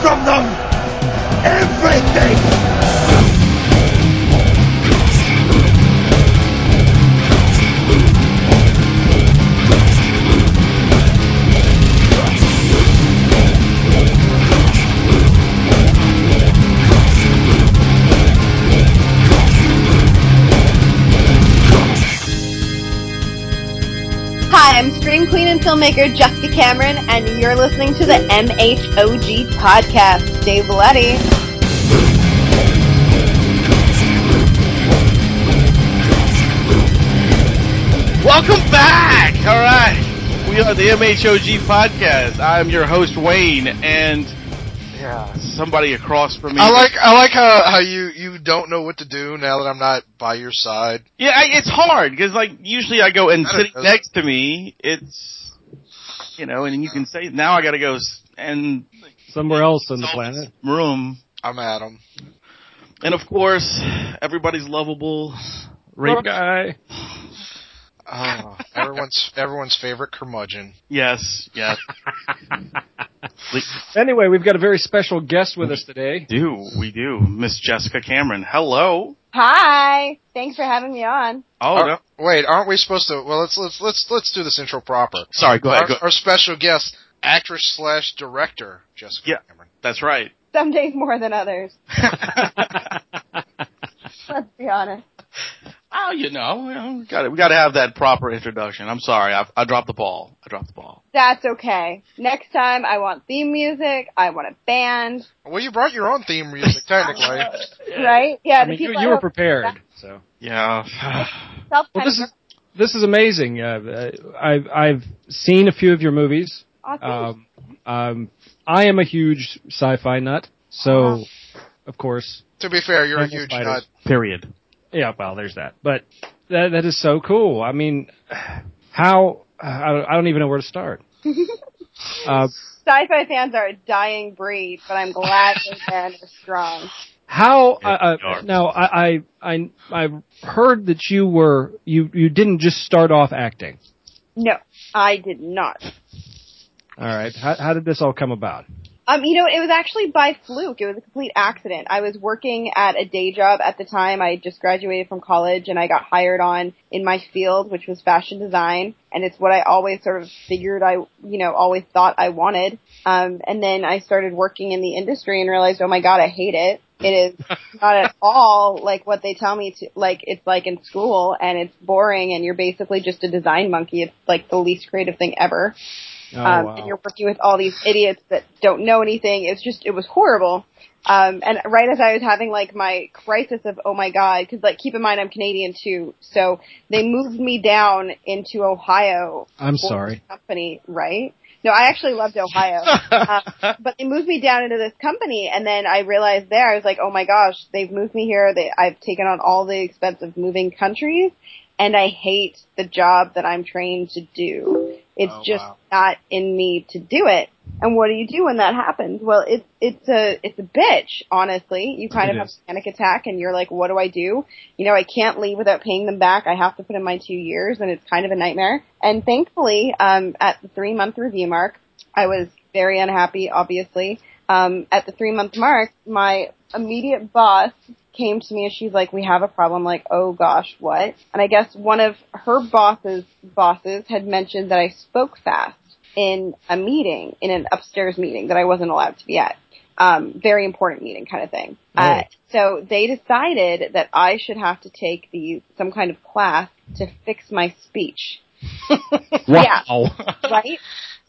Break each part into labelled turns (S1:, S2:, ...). S1: from them everything.
S2: Hi, I'm string queen and filmmaker Jessica Cameron, and you're listening to the MHOG podcast. Dave Letty.
S3: Welcome back! All right, we are the MHOG podcast. I'm your host Wayne, and yeah, somebody across from me.
S4: I like I like how, how you you don't know what to do now that I'm not by your side.
S3: Yeah, I, it's hard because like usually I go and
S4: That
S3: sitting
S4: is-
S3: next to me, it's you know, and you can say now I got to go s- and
S5: Somewhere else on the planet.
S3: room,
S4: I'm Adam.
S3: and of course everybody's lovable.
S5: Rape guy.
S4: Oh, everyone's everyone's favorite curmudgeon.
S3: Yes, yes.
S5: Anyway, we've got a very special guest with
S4: Mm-hmm.
S5: us today.
S3: We do we do Miss Jessica Cameron? Hello.
S2: Hi. Thanks for having me on.
S3: Oh,
S4: Are-
S3: no.
S4: Wait, aren't we supposed to? Well, let's let's let's let's do this intro proper.
S3: sorry. Go ahead.
S4: Our,
S3: Go.
S4: our special guest, actress slash director Jessica
S3: Yeah.
S4: Cameron.
S3: That's right.
S2: Some days more than others. Let's be honest.
S3: Oh, you know, you know, we got we got to have that proper introduction. I'm sorry, I, I dropped the ball. I dropped the ball.
S2: That's okay. Next time, I want theme music. I want a band.
S4: Well, you brought your own theme music technically.
S2: Right? Yeah.
S5: I mean, you, you were prepared. So
S3: Yeah,
S2: Self
S5: well, this is this is amazing. Uh, uh, I've I've seen a few of your movies.
S2: awesome.
S5: Um, um, I am a huge sci-fi nut,
S2: Uh-huh.
S5: so of course,
S4: to be fair, you're a
S5: Marvel
S4: huge nut.
S5: spiders.
S3: period.
S5: yeah. Well, there's that, but that that is so cool. I mean, how I don't, I don't even know where to start. uh,
S2: Sci-fi fans are a dying breed, but I'm glad they men are strong.
S5: How
S3: Yeah,
S5: uh,
S3: they are.
S5: uh, now? I, I I I heard that you were you you didn't just start off acting.
S2: No, I did not.
S5: All right. How, how did this all come about?
S2: Um, you know, it was actually by fluke. It was a complete accident. I was working at a day job at the time. I had just graduated from college and I got hired on in my field, which was fashion design. And it's what I always sort of figured I, you know, always thought I wanted. Um, and then I started working in the industry and realized, oh my God, I hate it. It is not at all like what they tell me to, like, it's like in school and it's boring and you're basically just a design monkey. It's like the least creative thing ever
S5: Oh,
S2: um,
S5: wow.
S2: and you're working with all these idiots that don't know anything. It's just, it was horrible. Um, and right as I was having like my crisis of, oh my god, cause like keep in mind I'm Canadian too, so they moved me down into Ohio.
S5: I'm
S2: for
S5: sorry.
S2: this Company, right? No, I actually loved Ohio. uh, but they moved me down into this company and then I realized there, I was like, oh my gosh, they've moved me here. They, I've taken on all the expense of moving countries and I hate the job that I'm trained to do. It's
S4: Oh,
S2: just
S4: wow.
S2: not in me to do it. And what do you do when that happens? Well, it's it's a it's a bitch, honestly. You kind
S5: It
S2: of have
S5: is.
S2: a panic attack and you're like, what do I do? You know, I can't leave without paying them back. I have to put in my 2 years and it's kind of a nightmare. And thankfully, um at the 3 month review mark, I was very unhappy, obviously. Um, at the three month mark, my immediate boss came to me and she's like, we have a problem. Like, oh gosh, what? And I guess one of her boss's bosses had mentioned that I spoke fast in a meeting, in an upstairs meeting that I wasn't allowed to be at. Um, very important meeting kind of thing. Uh, so they decided that I should have to take the, some kind of class to fix my speech. yeah. Right?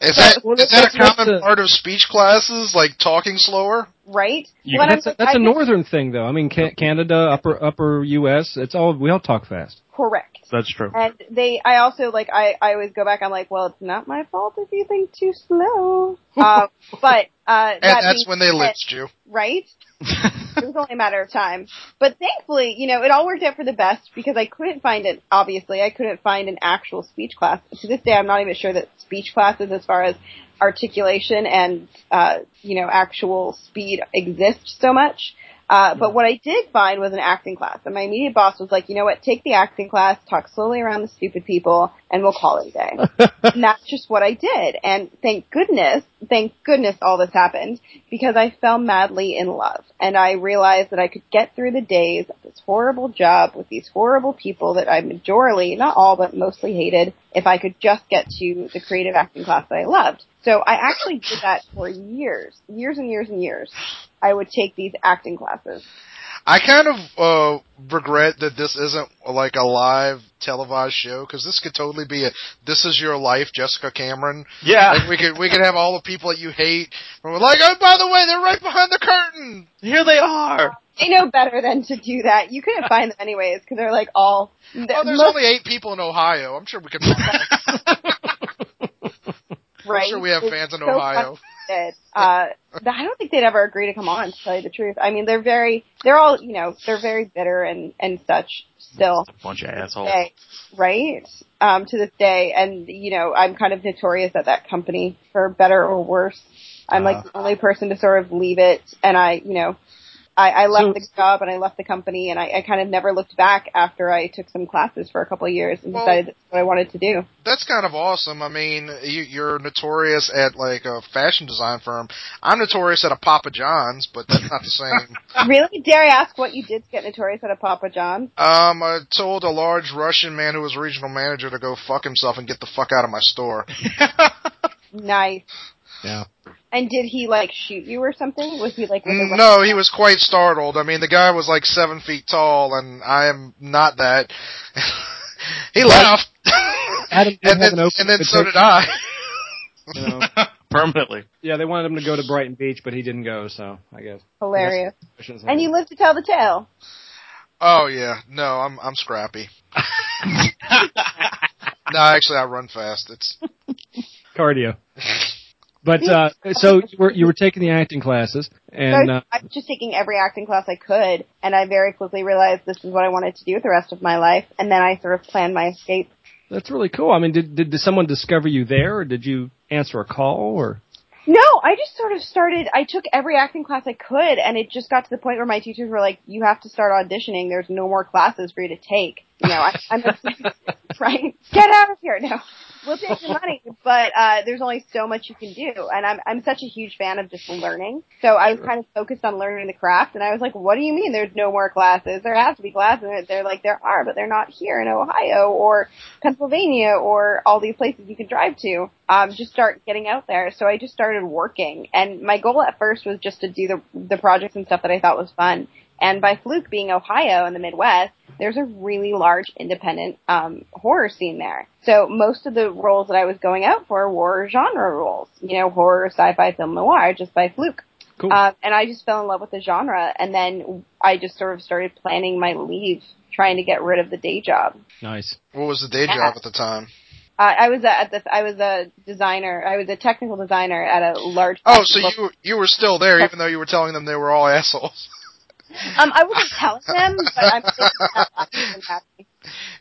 S4: Is that
S5: Well,
S4: is
S5: that's-
S4: that a
S5: that's
S4: common
S5: the-
S4: part of speech classes, like talking slower?
S2: Right?
S3: You-
S2: Well, and I'm
S5: That's a,
S2: like,
S5: that's
S2: I
S5: a
S2: think-
S5: northern thing, though. I mean, ca- Canada, upper upper U.S. It's all we all talk fast.
S2: Correct.
S3: That's true.
S2: And they, I also like, I, I always go back. I'm like, well, it's not my fault if you think too slow. Um, but uh,
S4: And
S2: that
S4: that's
S2: being
S4: when they
S2: said,
S4: lynched you.
S2: right? it was only a matter of time. But thankfully, you know, it all worked out for the best because I couldn't find it. Obviously, I couldn't find an actual speech class. To this day, I'm not even sure that speech classes, as far as articulation and uh, you know actual speed, exist so much. Uh, but what I did find was an acting class, and my immediate boss was like, "You know what? Take the acting class, talk slowly around the stupid people, and we'll call it a day." and that's just what I did. And thank goodness thank goodness all this happened because I fell madly in love and I realized that I could get through the days of this horrible job with these horrible people that I majorly, not all, but mostly hated if I could just get to the creative acting class that I loved. So I actually did that for years, years and years and years. I would take these acting classes.
S4: I kind of uh, regret that this isn't like a live televised show because this could totally be a "This Is Your Life" Jessica Cameron. Like
S3: Yeah.
S4: we could we could have all the people that you hate. And we're like, oh, by the way, they're right behind the curtain.
S3: Here they are.
S2: They know better than to do that. You couldn't find them anyways because they're like all.
S4: Oh,
S2: they're
S4: there's
S2: most-
S4: only eight people in Ohio. I'm sure we could. Find them.
S2: right?
S4: I'm sure we have
S2: It's
S4: fans in
S2: so
S4: Ohio.
S2: Did. Uh, th- I don't think they'd ever agree to come on. To tell you the truth, I mean, they're very, they're all, you know, they're very bitter and and such still.
S3: Bunch of assholes.
S2: Day, right? Um, to this day, and you know, I'm kind of notorious at that company for better or worse. I'm like the only person to sort of leave it, and I, you know, I, I left
S5: So-
S2: the job and I left the company, and I, I kind of never looked back after I took some classes for a couple of years and
S4: Well-
S2: decided that's what I wanted to do.
S4: That's kind of awesome. I mean, you, you're notorious at like a fashion design firm. I'm notorious at a Papa John's, but that's not the same.
S2: really? Dare I ask what you did to get notorious at a Papa John's?
S4: Um, I told a large Russian man who was regional manager to go fuck himself and get the fuck out of my store.
S2: Nice.
S4: Yeah.
S2: And did he like shoot you or something? Was he like? with a
S4: Mm, No, he was quite startled. I mean, the guy was like seven feet tall, and I am not that. he left,
S5: Adam did
S4: and
S5: have
S4: then
S5: an open
S4: and then so did
S5: invitation,
S4: I.
S5: you know.
S3: Permanently.
S5: Yeah, they wanted him to go to Brighton Beach, but he didn't go. So I guess.
S2: hilarious.
S5: Questions
S2: And you live to tell the tale.
S4: Oh yeah, no, I'm I'm scrappy. No, actually, I run fast. It's
S5: cardio. But uh, so you were you were taking the acting classes, and
S2: so
S5: uh,
S2: I was just taking every acting class I could, and I very quickly realized this is what I wanted to do the rest of my life. And then I sort of planned my escape.
S5: that's really cool. I mean, did, did did someone discover you there, or did you answer a call, or
S2: No, I just sort of started. I took every acting class I could, and it just got to the point where my teachers were like, "You have to start auditioning. There's no more classes for you to take." You know, I, I'm right. Get out of here now. We'll take your money, but uh, there's only so much you can do. And I'm I'm such a huge fan of just learning, so I was kind of focused on learning the craft. And I was like, "What do you mean? There's no more classes? There has to be classes." And they're like, "There are, but they're not here in Ohio or Pennsylvania or all these places you can drive to, um, just start getting out there. So I just started working, and my goal at first was just to do the the projects and stuff that I thought was fun. And by fluke being Ohio in the Midwest, there's a really large independent um, horror scene there. So most of the roles that I was going out for were genre roles, you know, horror, sci-fi, film noir, just by fluke.
S5: cool?
S2: Um, and I just fell in love with the genre, and then I just sort of started planning my leave, trying to get rid of the day job.
S5: nice.
S4: what was the day
S2: Yeah.
S4: job at the time?
S2: Uh, I was a, at the I was a designer. I was a technical designer at a large.
S4: Oh, so you were- you were still there, even though you were telling them they were all assholes.
S2: Um, I wasn't telling them, but I'm still I'm happy.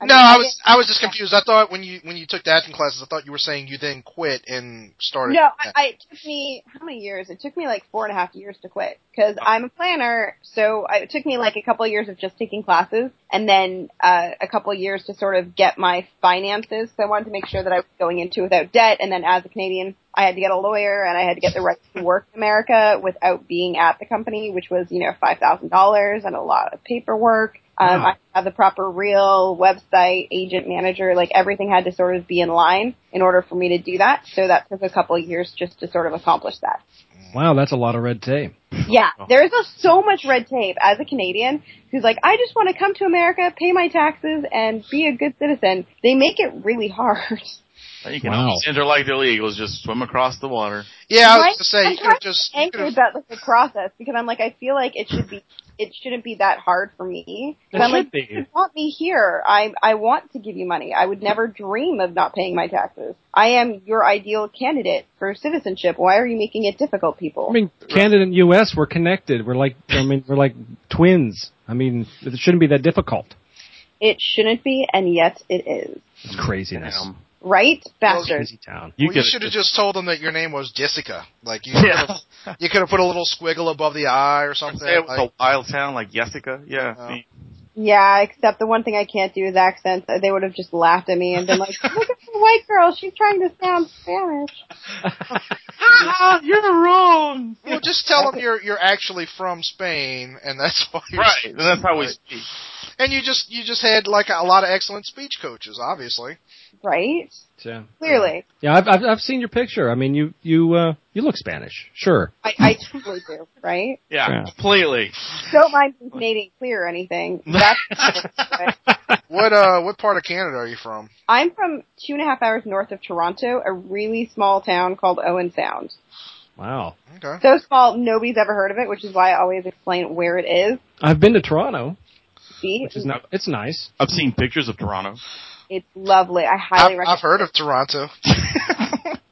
S2: I
S4: no,
S2: mean,
S4: I was I was just
S2: yeah.
S4: confused. I thought when you when you took the acting classes, I thought you were saying you then quit and started.
S2: No, I, I, it took me how many years? It took me like four and a half years to quit because I'm a planner. So I, it took me like a couple of years of just taking classes, and then uh, a couple of years to sort of get my finances. So I wanted to make sure that I was going into without debt. And then as a Canadian, I had to get a lawyer, and I had to get the right to work in America without being at the company, which was you know five thousand dollars and a lot of paperwork. Um,
S5: Wow.
S2: I have the proper real website, agent, manager, like everything had to sort of be in line in order for me to do that. So that took a couple of years just to sort of accomplish that.
S5: Wow, that's a lot of red tape.
S2: Yeah, there is a, so much red tape as a Canadian who's like, I just want to come to America, pay my taxes, and be a good citizen. They make it really hard.
S3: You can
S5: Wow.
S3: send her like the illegals, just swim across the water.
S4: yeah, I was
S2: Right?
S4: to say you
S2: That's
S4: could
S2: why
S4: have just you could
S2: Angry
S4: have
S2: about the process because I'm like, I feel like it should be, it shouldn't be that hard for me.
S5: It
S2: And I'm
S5: should
S2: like,
S5: be.
S2: you want me here. I I want to give you money. I would never dream of not paying my taxes. I am your ideal candidate for citizenship. Why are you making it difficult, people?
S5: I mean, Canada and U.S. we're connected. We're like, I mean, we're like twins. I mean, it shouldn't be that difficult.
S2: it shouldn't be, and yet it is.
S5: It's craziness.
S3: Damn.
S2: Right, bastards.
S5: Crazy town.
S3: You
S4: well, you
S3: could
S4: should have just told them that your name was Jessica. Like you,
S3: Yeah.
S4: could've- you could have put a little squiggle above the eye or something.
S3: Say it was
S4: like-
S3: a wild town like Jessica. Yeah. I mean,
S2: Yeah, except the one thing I can't do is accents. They would have just laughed at me and been like, "Look at the white girl. She's trying to sound Spanish."
S3: Ah, you're wrong.
S4: Well, just tell them you're you're actually from Spain, and that's why. You're
S3: Right, and that's how we
S4: Right.
S3: speak.
S4: And you just you just had like a, lot of excellent speech coaches, obviously.
S2: right?
S5: Yeah.
S2: Clearly,
S5: Yeah, I've, I've I've seen your picture. I mean, you you uh you look Spanish, sure.
S2: I, I totally do. Right?
S3: Yeah,
S5: Yeah.
S3: completely.
S2: Don't mind me Canadian clear or anything. That's
S4: What uh what part of Canada are you from?
S2: I'm from two and a half hours north of Toronto, a really small town called Owen Sound.
S5: Wow.
S4: Okay.
S2: So small, nobody's ever heard of it, which is why I always explain where it is.
S5: I've been to Toronto,
S2: See,
S5: which is not it's nice.
S3: I've seen pictures of Toronto.
S2: it's lovely. I highly
S4: I've,
S2: recommend.
S4: I've heard of Toronto.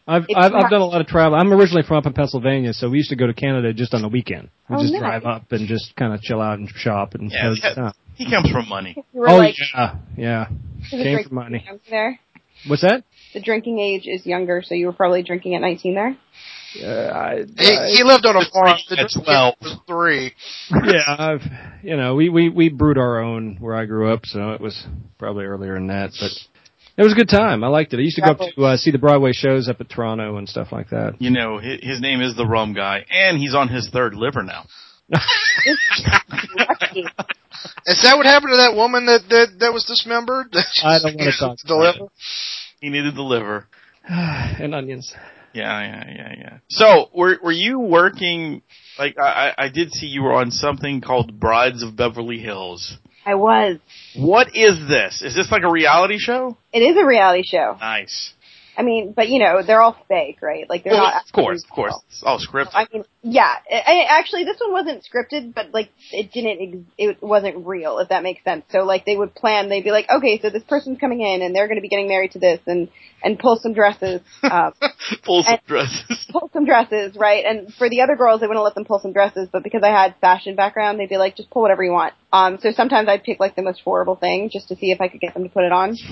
S5: I've
S2: It's
S5: I've,
S2: not-
S5: I've done a lot of travel. I'm originally from up in Pennsylvania, so we used to go to Canada just on the weekend. We
S2: Oh,
S5: just
S2: nice.
S5: drive up and just kind of chill out and shop and
S3: Yeah,
S5: have a good
S3: yeah.
S5: time.
S3: He comes from money.
S2: You were
S5: Oh
S2: like,
S5: yeah, yeah.
S2: the
S5: Came for
S2: drinking
S5: money.
S2: age There,
S5: What's that?
S2: the drinking age is younger, so you were probably drinking at 19 there.
S5: Uh, I,
S4: He, he lived on a
S3: Just
S4: farm.
S3: reached
S4: The
S3: at
S4: drink
S3: 12.
S4: was three.
S5: yeah, I've you know we we we brewed our own where I grew up, so it was probably earlier than that, but it was a good time. I liked it. I used to go up to uh, see the Broadway shows up at Toronto and stuff like that.
S3: You know, his, his name is the Rum Guy, and he's on his third liver now.
S2: Lucky.
S4: Is that what happened to that woman that that, that was dismembered?
S5: I don't wanna talk
S4: the
S5: about
S4: liver.
S3: He needed the liver.
S5: and onions.
S3: Yeah, yeah, yeah, yeah. So, were were you working? Like, I I I did see you were on something called Brides of Beverly Hills.
S2: I was.
S3: What is this? Is this like a reality show?
S2: It is a reality show.
S3: Nice.
S2: I mean, but you know, they're all fake, right? Like they're not.
S3: of course,
S2: actually
S3: of course.
S2: real.
S3: It's all scripted.
S2: I mean, yeah. I, I- actually, this one wasn't scripted, but like it didn't. Ex- it wasn't real, if that makes sense. So like they would plan. They'd be like, okay, so this person's coming in, and they're going to be getting married to this, and and pull some dresses. Um,
S3: Full
S2: and-
S3: dresses.
S2: pull some dresses, right? And for the other girls, they wouldn't let them pull some dresses, but because I had fashion background, they'd be like, just pull whatever you want. Um, so sometimes I'd pick like the most horrible thing just to see if I could get them to put it on. so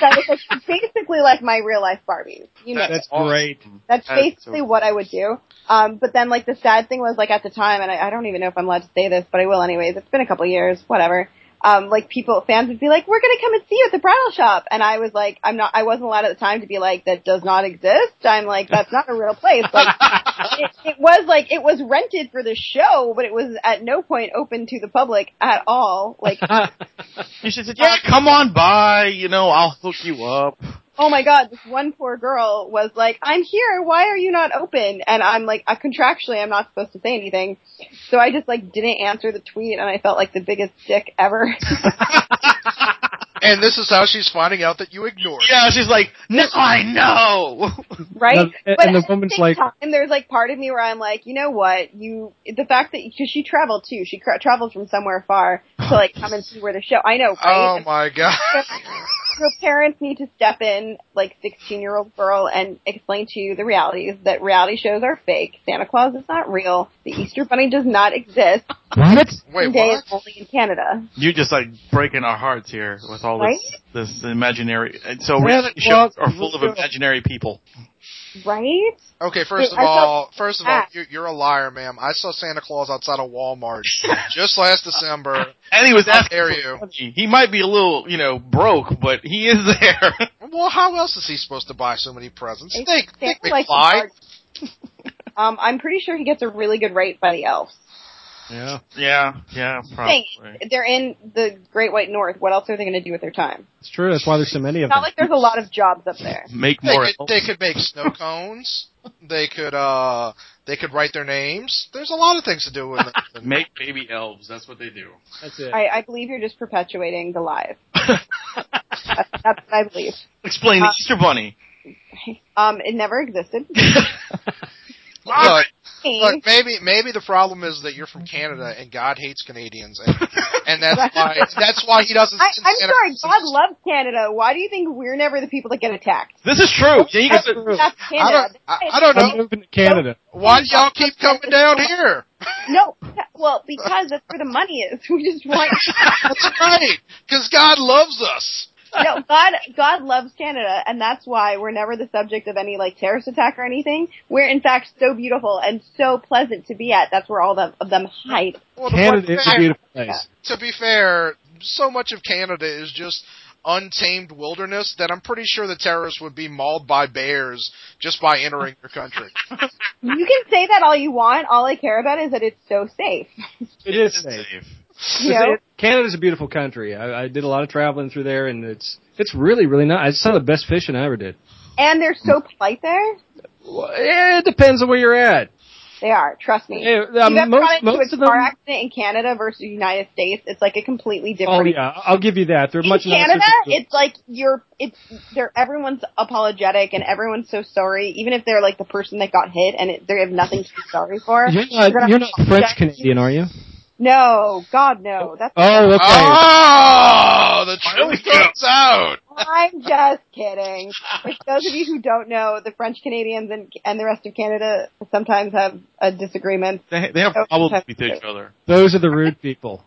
S2: I was like, basically like my real life Barbies. You know,
S3: That's
S2: that's,
S3: awesome.
S5: great.
S3: that's
S2: basically
S3: so-
S2: what I would do. Um, but then like the sad thing was like at the time, and I, I don't even know if I'm allowed to say this, but I will anyways. It's been a couple years, whatever. Um, like people, fans would be like, "We're gonna come and see you at the bridal shop," and I was like, "I'm not. I wasn't allowed at the time to be like that does not exist." I'm like, "That's not a real place." Like, it, it was like it was rented for the show, but it was at no point open to the public at all. Like,
S3: You should say, yeah, come on by, you know, I'll hook you up.
S2: oh my god, this one poor girl was like, "I'm here. Why are you not open?" And I'm like, I, contractually, I'm not supposed to say anything, so I just like didn't answer the tweet, and I felt like the biggest dick ever.
S4: And this is how she's finding out that you ignored. her.
S3: Yeah, she's like, no, I know.
S2: right?
S5: No, and- and the woman's
S2: same
S5: like-
S2: time, there's like part of me where I'm like, you know what? You the fact that because she traveled too, she cra- traveled from somewhere far to like come and see where the show. I know, right?
S4: Oh my god.
S2: Your parents need to step in, like 16 year old girl, and explain to you the realities that reality shows are fake. Santa Claus is not real. The Easter Bunny does not exist.
S5: What?
S4: Wait,
S2: Day is
S4: what?
S2: only in Canada.
S3: You're just like breaking our hearts here with all this, this imaginary. and So
S5: Yeah,
S3: reality
S5: that- well,
S3: shows are full of
S5: well.
S3: imaginary people.
S2: Right?
S4: Okay, first
S2: Wait,
S4: of
S2: I thought-
S4: all, first of all,
S2: Ah.
S4: you're, you're a liar, ma'am. I saw Santa Claus outside of Walmart just last December.
S3: And he was
S4: How
S3: asking
S4: dare
S3: for
S4: you.
S3: money. He might be a little, you know, broke, but he is there.
S4: Well, how else is he supposed to buy so many presents?
S2: It
S4: Think,
S2: sounds
S4: think
S2: like
S4: McFly.
S2: the Barbie- um, I'm pretty sure he gets a really good rate by the elves.
S5: Yeah.
S3: yeah, yeah, probably.
S2: Thing, they're in the Great White North. What else are they going to do with their time?
S5: It's true. That's why there's so many of
S2: It's not
S5: them.
S2: like there's a lot of jobs up there.
S3: Make
S4: They
S3: more.
S4: could, they could make snow cones. They could, uh, they could write their names. There's a lot of things to do with it.
S3: Make baby elves. That's what they do.
S5: That's it.
S2: I, I believe you're just perpetuating the lies. That's, that's what I believe.
S3: Explain
S2: Uh,
S3: the Easter Bunny.
S2: Um, it never existed.
S4: Look,
S2: Hey,
S4: look, maybe, maybe the problem is that you're from Canada and God hates Canadians, and, and that's why that's why he doesn't.
S2: I,
S4: send
S2: I'm
S4: Santa
S2: sorry,
S4: Claus.
S2: God loves Canada. Why do you think we're never the people that get attacked?
S3: This is true. Yeah, you
S2: That's,
S3: guys
S5: That's true.
S2: that's
S4: I
S2: Canada.
S4: don't, I, I don't
S5: I'm
S4: know.
S5: moving to Canada.
S4: Why do y'all keep coming down here?
S2: No, well, because that's where the money is. We just want
S4: That's right, because God loves us.
S2: no, God, God loves Canada, and that's why we're never the subject of any like terrorist attack or anything. We're in fact so beautiful and so pleasant to be at. That's where all the, of them hide.
S4: Well, to
S5: Canada
S4: be
S5: is a
S4: fair-
S5: beautiful place.
S4: To be fair, so much of Canada is just untamed wilderness, then I'm pretty sure the terrorists would be mauled by bears just by entering your country.
S2: You can say that all you want. All I care about is that it's so safe.
S5: It is safe.
S2: You know?
S5: Canada's a beautiful country. I, I did a lot of traveling through there, and it's it's really really nice. It's some of the best fishing I ever did.
S2: And they're so polite there.
S5: Well, eh, it depends on where you're at.
S2: They are. Trust me.
S5: Yeah,
S2: you
S5: um,
S2: ever
S5: most-
S2: got into
S5: most
S2: a
S5: of them-
S2: car accident in Canada versus the United States? It's like a completely different.
S5: Oh yeah, I'll give you that. They're
S2: In
S5: much
S2: Canada,
S5: nicer.
S2: it's like you're. It's they're everyone's apologetic and everyone's so sorry, even if they're like the person that got hit and it, they have nothing to be sorry for.
S5: you're
S2: They're gonna
S5: not, you're not French
S2: apologize.
S5: Canadian, are you?
S2: No, God no. That's
S5: Oh, okay.
S4: Oh, the truth
S3: we go.
S4: comes out.
S2: I'm just kidding. For those of you who don't know, the French Canadians and and the rest of Canada sometimes have a disagreement.
S3: They, they have
S2: Oh,
S3: problems
S2: okay.
S3: with each other.
S5: Those are the rude people.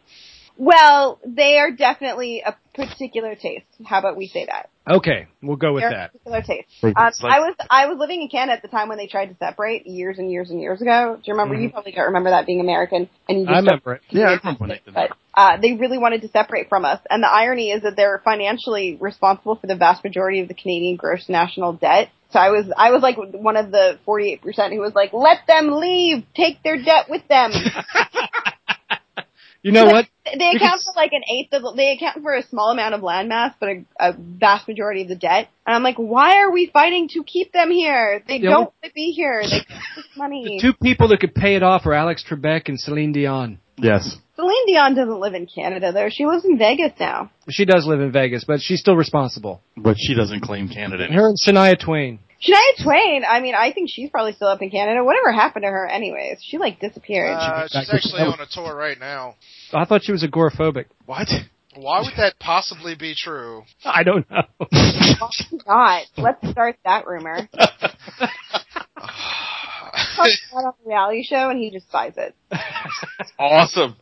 S2: Well, they are definitely a particular taste. How about we say that?
S5: Okay, we'll go with
S2: They're a
S5: that.
S2: particular taste. Um,
S5: Fragrance,
S2: I was I was living in Canada at the time when they tried to separate years and years and years ago. Do you remember? You probably don't remember that being American, and you just
S5: Mm-hmm. I
S2: don't-
S5: remember it.
S3: Yeah, I remember when they did that.
S2: but uh, they really wanted to separate from us. And the irony is that they're financially responsible for the vast majority of the Canadian gross national debt. So I was, I was like one of the 48% who was like, let them leave, take their debt with them.
S5: You know what?
S2: they
S5: You
S2: account for
S5: can-
S2: like an eighth of, they account for a small amount of landmass, but a, a vast majority of the debt. And I'm like, why are we fighting to keep them here? They
S5: Yeah,
S2: don't
S5: we-
S2: want to be here. They cost us money.
S5: The two people that could pay it off are Alex Trebek and Celine Dion.
S3: Yes.
S2: Celine Dion doesn't live in Canada though. She lives in Vegas now.
S5: She does live in Vegas, but she's still responsible.
S3: But she doesn't claim Canada.
S5: And her and Shania Twain.
S2: Shania Twain, I mean, I think she's probably still up in Canada. Whatever happened to her anyways? She like disappeared.
S4: Uh, she's actually on a tour right now.
S5: I thought she was agoraphobic.
S3: What?
S4: Why would that possibly be true?
S5: I don't know.
S2: Why not? Let's start that rumor. Talks about on a reality show and he just buys it.
S3: Awesome.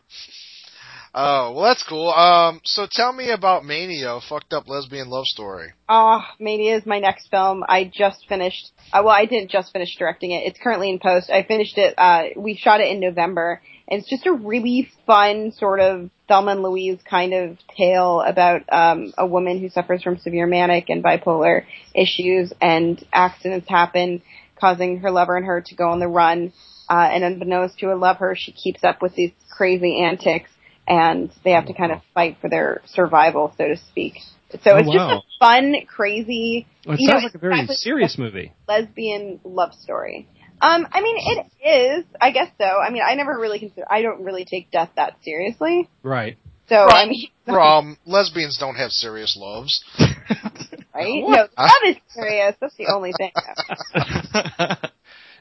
S4: Oh, well, that's cool. Um, so tell me about Mania, a fucked up lesbian love story.
S2: Oh, Mania is my next film. I just finished. Uh, well, I didn't just finish directing it. It's currently in post. I finished it. Uh, we shot it in November, and it's just a really fun sort of Thelma and Louise kind of tale about um, a woman who suffers from severe manic and bipolar issues, and accidents happen, causing her lover and her to go on the run. Uh, and unbeknownst to her lover, she keeps up with these crazy antics, and they have to kind of fight for their survival, so to speak. So
S5: Oh,
S2: it's just
S5: wow.
S2: a fun, crazy
S5: Well, it
S2: You know,
S5: sounds like a very
S2: exactly-
S5: serious movie.
S2: lesbian love story. Um, I mean, it is, I guess so. I mean, I never really consider, I don't really take death that seriously.
S5: Right.
S2: So, I
S4: Right.
S2: mean,
S4: From lesbians don't have serious loves.
S2: right? No, love is serious. That's the only thing.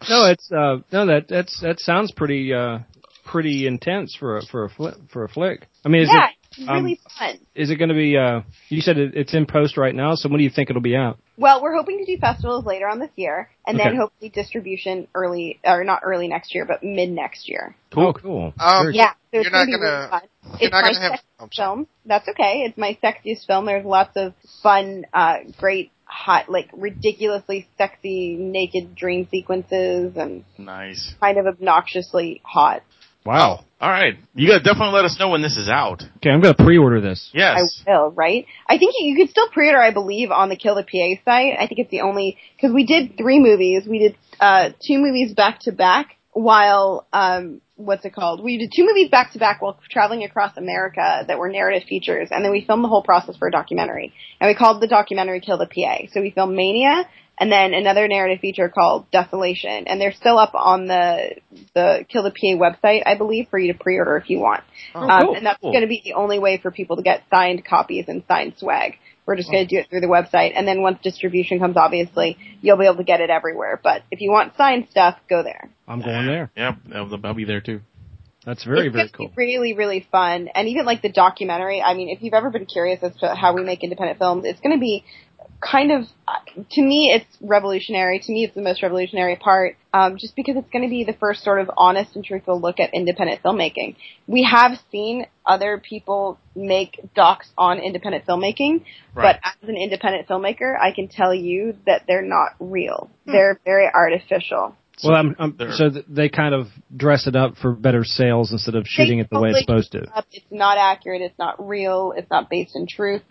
S5: No, it's uh no that that's that sounds pretty uh pretty intense for a for a flick for a flick. I mean is
S2: yeah,
S5: it
S2: it's
S5: um,
S2: really fun.
S5: is it gonna be uh you said it, it's in post right now, so when do you think it'll be out?
S2: Well, we're hoping to do festivals later on this year, and then
S5: Okay.
S2: hopefully distribution early, or not early next year, but mid next year.
S5: Cool, Oh, cool.
S4: Um,
S5: Very-
S2: Yeah, so it's
S4: You're not
S2: gonna be really
S4: gonna-
S2: fun.
S4: You're
S2: It's
S4: not
S2: my
S4: gonna have.
S2: sex
S4: I'm sorry.
S2: film. That's okay. It's my sexiest film. There's lots of fun, uh, great, hot, like ridiculously sexy naked dream sequences and
S3: nice.
S2: kind of obnoxiously hot.
S5: Wow.
S3: All right. You gotta definitely let us know when this is out.
S5: Okay, I'm gonna pre order this.
S3: Yes.
S2: I will, right? I think you, you could still pre-order, I believe, on the Kill the PA site. I think it's the only because we did three movies. We did uh, two movies back to back while um, what's it called? We did two movies back to back while traveling across America that were narrative features, and then we filmed the whole process for a documentary. And we called the documentary Kill the PA. So we filmed Mania. And then another narrative feature called Desolation, and they're still up on the the Kill the PA website, I believe, for you to pre-order if you want.
S4: Oh.
S2: Um,
S5: Oh, cool,
S2: and that's
S5: cool.
S2: going to be the only way for people to get signed copies and signed swag. We're just going to do it through the website, and then once distribution comes, obviously you'll be able to get it everywhere. But if you want signed stuff, go there.
S5: I'm going there.
S3: Yep. I'll, I'll be there too.
S5: That's very,
S2: it's
S5: very
S2: gonna
S5: cool.
S2: Be really, really fun, and even like the documentary. I mean, if you've ever been curious as to how we make independent films, it's going to be kind of to me it's revolutionary to me it's the most revolutionary part um, just because it's going to be the first sort of honest and truthful look at independent filmmaking we have seen other people make docs on independent filmmaking
S3: Right.
S2: but as an
S5: Hmm.
S2: independent filmmaker i can tell you that they're not real they're very artificial
S3: So
S5: well, I'm, I'm
S3: they're-
S5: so th- they kind of dress it up for better sales instead of shooting it the way it's supposed to.
S2: up. It's not accurate. It's not real. It's not based in truth.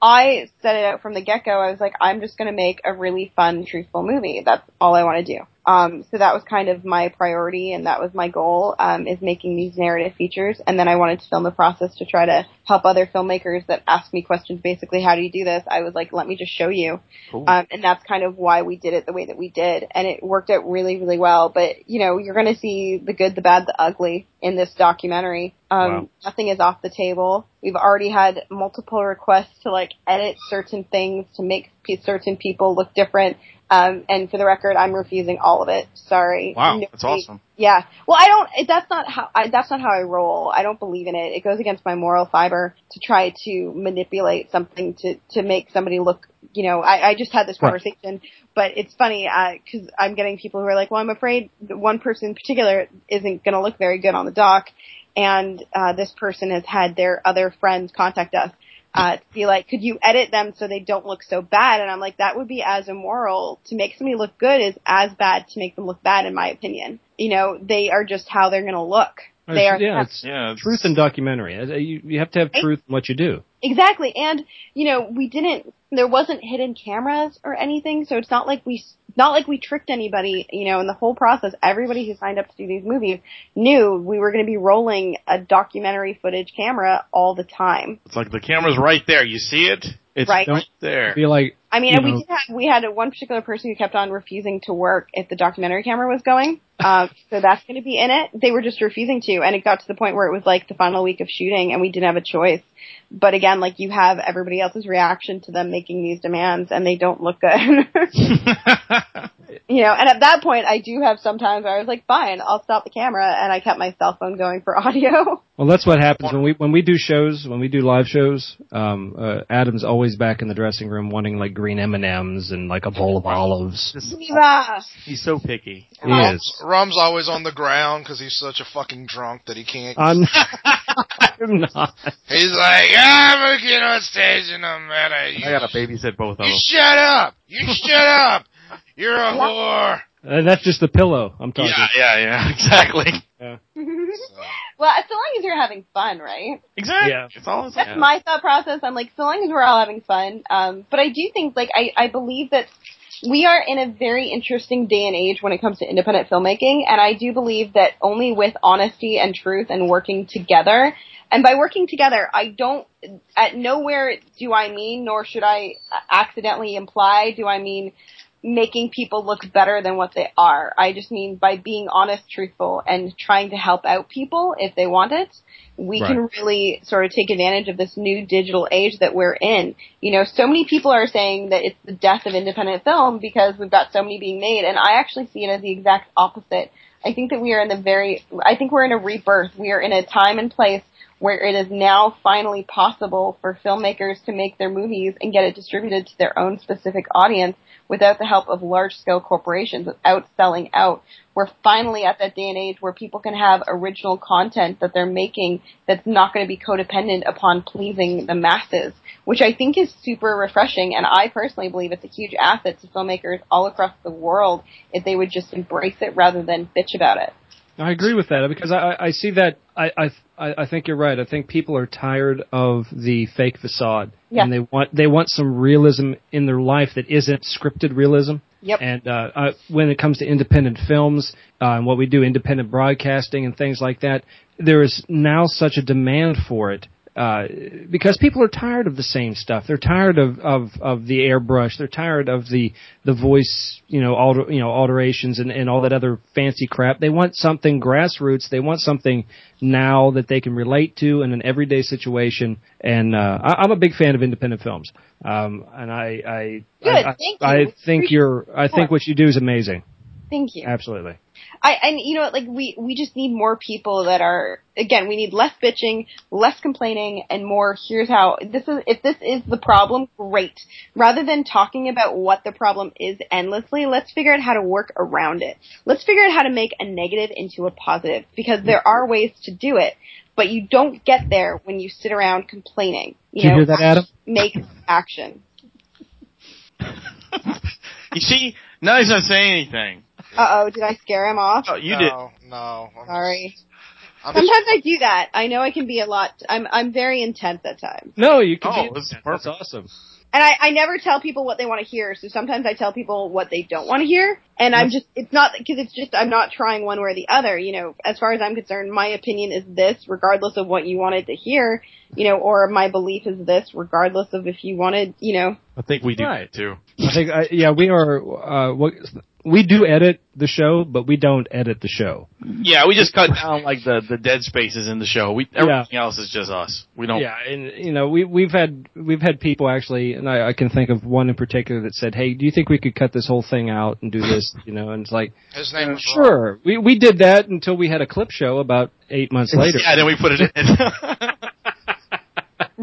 S2: I set it out from the get go. I was like, I'm just going to make a really fun, truthful movie. That's all I want to do. Um, so that was kind of my priority, and that was my goal um, is making these narrative features. And then I wanted to film the process to try to help other filmmakers that asked me questions, basically, how do you do this? I was like, let me just show you. Um, and that's kind of why we did it the way that we did. And it worked out really, really well. But, you know, you're going to see the good, the bad, the ugly in this documentary. Um,
S5: Wow.
S2: Nothing is off the table. We've already had multiple requests to like edit certain things to make pe- certain people look different. Um, and for the record, I'm refusing all of it. Sorry.
S3: Wow,
S2: No
S3: that's
S2: way-
S3: awesome.
S2: yeah. Well, I don't. it- That's not how. I, that's not how I roll. I don't believe in it. It goes against my moral fiber to try to manipulate something to to make somebody look. You know, I, I just had this
S5: Right.
S2: conversation, but it's funny because I'm getting people who are like, "Well, I'm afraid the one person in particular isn't going to look very good on the doc," and uh, this person has had their other friends contact us uh, to be like, could you edit them so they don't look so bad? And I'm like, that would be as immoral. To make somebody look good is as bad to make them look bad, in my opinion. You know, they are just how they're going to look. They are
S5: yeah, it's
S3: Yeah, it's-
S5: truth in documentary. Uh, You, you have to have
S2: Right.
S5: truth in what you do.
S2: Exactly. And, you know, we didn't, there wasn't hidden cameras or anything, so it's not like we, not like we tricked anybody, you know, in the whole process, everybody who signed up to do these movies knew we were going to be rolling a documentary footage camera all the time.
S3: It's like the camera's right there. You see it? It's
S2: Right.
S3: right,
S5: Don't-
S3: there.
S5: Be like,
S2: I mean,
S5: you
S2: and we
S5: know.
S2: did have, we had one particular person who kept on refusing to work if the documentary camera was going. Um, so that's going to be in it. They were just refusing to, and it got to the point where it was like the final week of shooting, and we didn't have a choice. But again, like you have everybody else's reaction to them making these demands, and they don't look good. you know, and at that point, I do have sometimes where I was like, fine, I'll stop the camera, and I kept my cell phone going for audio.
S5: Well, that's what happens when we when we do shows, when we do live shows. Um, uh, Adam's always back in the dressing room wanting like green M and M's and like a bowl of olives.
S2: Viva!
S3: oh, He's so picky.
S5: He is.
S4: Rum's always on the ground because he's such a fucking drunk that he can't.
S5: I'm, I'm not.
S4: he's like, "Ah, I'm gonna get on stage in a minute. You,
S3: I gotta babysit both of
S4: you
S3: them.
S4: shut up. You shut up. You're a whore.
S5: Uh, that's just the pillow I'm talking.
S3: Yeah, yeah, yeah. Exactly.
S2: well, so long as you're having fun, right?
S3: Exactly.
S5: Yeah.
S3: It's all. It's
S2: that's my thought process. I'm like, so long as we're all having fun. Um, but I do think, like, I, I believe that we are in a very interesting day and age when it comes to independent filmmaking, and I do believe that only with honesty and truth and working together, and by working together, I don't, at nowhere do I mean, nor should I accidentally imply, do I mean making people look better than what they are. I just mean by being honest, truthful, and trying to help out people if they want it we
S5: Right.
S2: can really sort of take advantage of this new digital age that we're in. You know, so many people are saying that it's the death of independent film because we've got so many being made, and I actually see it as the exact opposite. I think that we are in the very, I think we're in a rebirth. We are in a time and place where it is now finally possible for filmmakers to make their movies and get it distributed to their own specific audience without the help of large scale corporations, without selling out. We're finally at that day and age where people can have original content that they're making that's not going to be codependent upon pleasing the masses, which I think is super refreshing. And I personally believe it's a huge asset to filmmakers all across the world if they would just embrace it rather than bitch about it.
S5: I agree with that because I, I I see that I, I I I think you're right. I think people are tired of the fake facade
S2: Yeah.
S5: and they want they want some realism in their life that isn't scripted realism.
S2: Yep.
S5: And uh, uh, when it comes to independent films uh, and what we do, independent broadcasting and things like that, there is now such a demand for it uh, because people are tired of the same stuff. They're tired of, of, of the airbrush. They're tired of the the voice, you know, alter, you know, alterations and, and all that other fancy crap. They want something grassroots. They want something now that they can relate to in an everyday situation. And uh, I, I'm a big fan of independent films. Um, and I I,
S2: Good,
S5: I, I-
S2: thank you.
S5: I
S2: We
S5: think you're. I think what you do is amazing.
S2: Thank you.
S5: Absolutely.
S2: I and you know like we we just need more people that are again we need less bitching, less complaining, and more here's how this is if this is the problem great rather than talking about what the problem is endlessly let's figure out how to work around it let's figure out how to make a negative into a positive because there are ways to do it but you don't get there when you sit around complaining you
S5: Did you
S2: know
S5: hear that, Adam?
S2: make action
S3: You see, now he's not saying anything.
S2: Uh oh, did I scare him off?
S3: Oh, you
S4: no,
S3: did.
S4: No. I'm
S2: Sorry.
S4: just- I'm
S2: Sometimes I do that. I know I can be a lot. I'm I'm very intense at times,
S5: No, you can.
S3: Oh,
S5: do
S3: this is
S5: that.
S3: perfect.
S5: That's awesome.
S2: and I I never tell people what they want to hear. So sometimes I tell people what they don't want to hear, and I'm just it's not because it's just I'm not trying one way or the other. You know, as far as I'm concerned, my opinion is this, regardless of what you wanted to hear. You know, or my belief is this, regardless of if you wanted. You know,
S3: I think we do
S5: Right.
S3: too.
S5: I think, I, yeah, we are. Uh, what, we do edit the show, but we don't edit the show.
S3: Yeah, we just cut down like the the dead spaces in the show. We everything else is just us. We don't.
S5: Yeah, and you know we we've had we've had people actually, and I, I can think of one in particular that said, "Hey, do you think we could cut this whole thing out and do this?" You know, and it's like,
S4: His name was Ron.
S5: sure, we we did that until we had a clip show about eight months later.
S3: Yeah, then we put it in.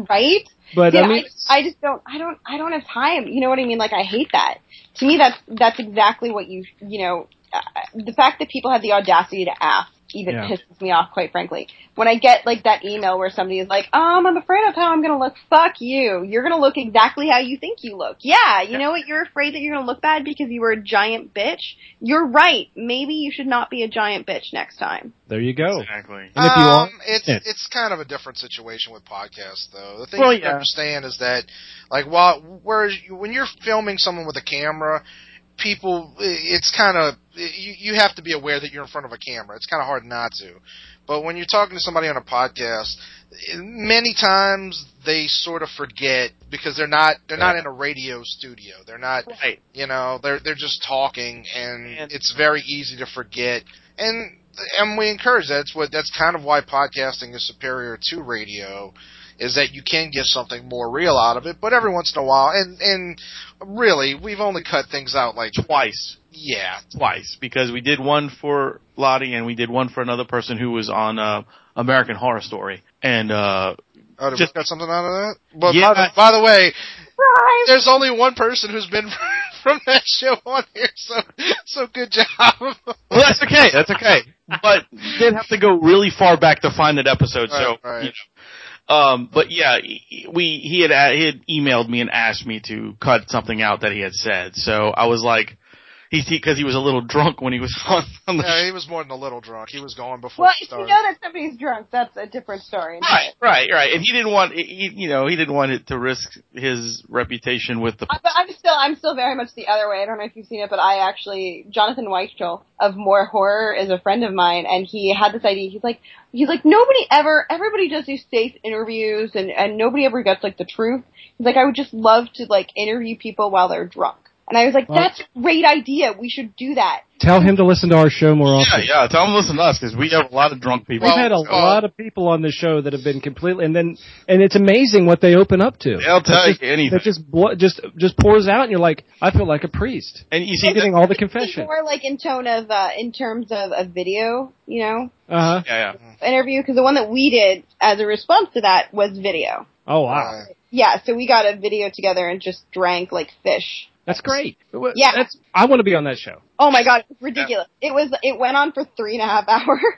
S2: right?
S5: But
S2: Yeah,
S5: I mean,
S2: I, I just don't. I don't. I don't have time. You know what I mean? Like I hate that. To me, that's that's exactly what you. You know, uh, the fact that people have the audacity to ask even
S5: Yeah.
S2: pisses me off. Quite frankly, when I get like that email where somebody is like, "Um, I'm afraid of how I'm going to look." Fuck you. You're going to look exactly how you think you look. Yeah. You know what? You're afraid that you're going to look bad because you were a giant bitch. You're right. Maybe you should not be a giant bitch next time.
S5: there you
S3: Oh.
S5: go.
S3: exactly.
S5: And if you want,
S4: um, it's
S5: yeah.
S4: it's kind of a different situation with podcasts, though. The thing
S3: Well,
S4: you have
S3: yeah.
S4: to understand is that, like, while whereas you- when you're filming someone with a camera, people, i- it's kind of you you have to be aware that you're in front of a camera. It's kind of hard not to. But when you're talking to somebody on a podcast, i- many times they sort of forget because they're not they're not
S5: Yeah.
S4: in a radio studio. They're not
S3: Right.
S4: you know, they're they're just talking, and
S3: And-
S4: it's very easy to forget. And and we encourage that. That's what that's kind of why podcasting is superior to radio, is that you can get something more real out of it. But every once in a while, and and really, we've only cut things out like
S3: Twice.
S4: yeah,
S3: Twice because we did one for Lottie and we did one for another person who was on uh, American Horror Story. And uh,
S4: oh, did
S3: Just-
S4: we got something out of that. But
S3: Yeah.
S4: by, the, by the way,
S2: Right.
S4: there's only one person who's been from that show on here, so so good job.
S3: well, that's okay. That's okay. But they'd have to go really far back to find that episode.
S4: Right,
S3: so
S4: right.
S3: you know, Um, but yeah, we he had he had emailed me and asked me to cut something out that he had said. So I was like, he because he was a little drunk when he was on, on the
S4: yeah, he was more than a little drunk. He was gone before.
S2: Well,
S4: we
S2: if you know
S4: started.
S2: that somebody's drunk, that's a different story.
S3: right, right, right. And he didn't want he, you know he didn't want it to risk his reputation with the
S2: I- but I'm still I'm still very much the other way. I don't know if you've seen it, but I actually Jonathan Weichel of More Horror is a friend of mine, and he had this idea. He's like he's like nobody ever everybody does these safe interviews, and and nobody ever gets like the truth. He's like I would just love to like interview people while they're drunk, and I was like
S5: Well-
S2: that's a great idea. We should do that.
S5: tell him to listen to our show more
S3: yeah
S5: often.
S3: yeah. Tell him to listen to us because we have a lot of drunk people.
S5: We've
S4: Well,
S5: had a
S4: well-
S5: lot of people on the show that have been completely, and then, and it's amazing what they open up to.
S3: They'll tell you
S5: It just-
S3: anything.
S5: It just blo- just just pours out, and you're like, I feel like a priest.
S3: And you see,
S5: You're getting all the confession.
S2: More like in tone of uh, in terms of a video, you know,
S5: Uh huh.
S3: yeah, yeah.
S2: interview because the one that we did as a response to that was video.
S5: Oh wow,
S4: Uh,
S2: Yeah, so we got a video together and just drank like fish.
S5: that's great.
S2: Yeah.
S5: that's, I want to be on that show.
S2: Oh my god, it was ridiculous. It was it went on for three and a half hours.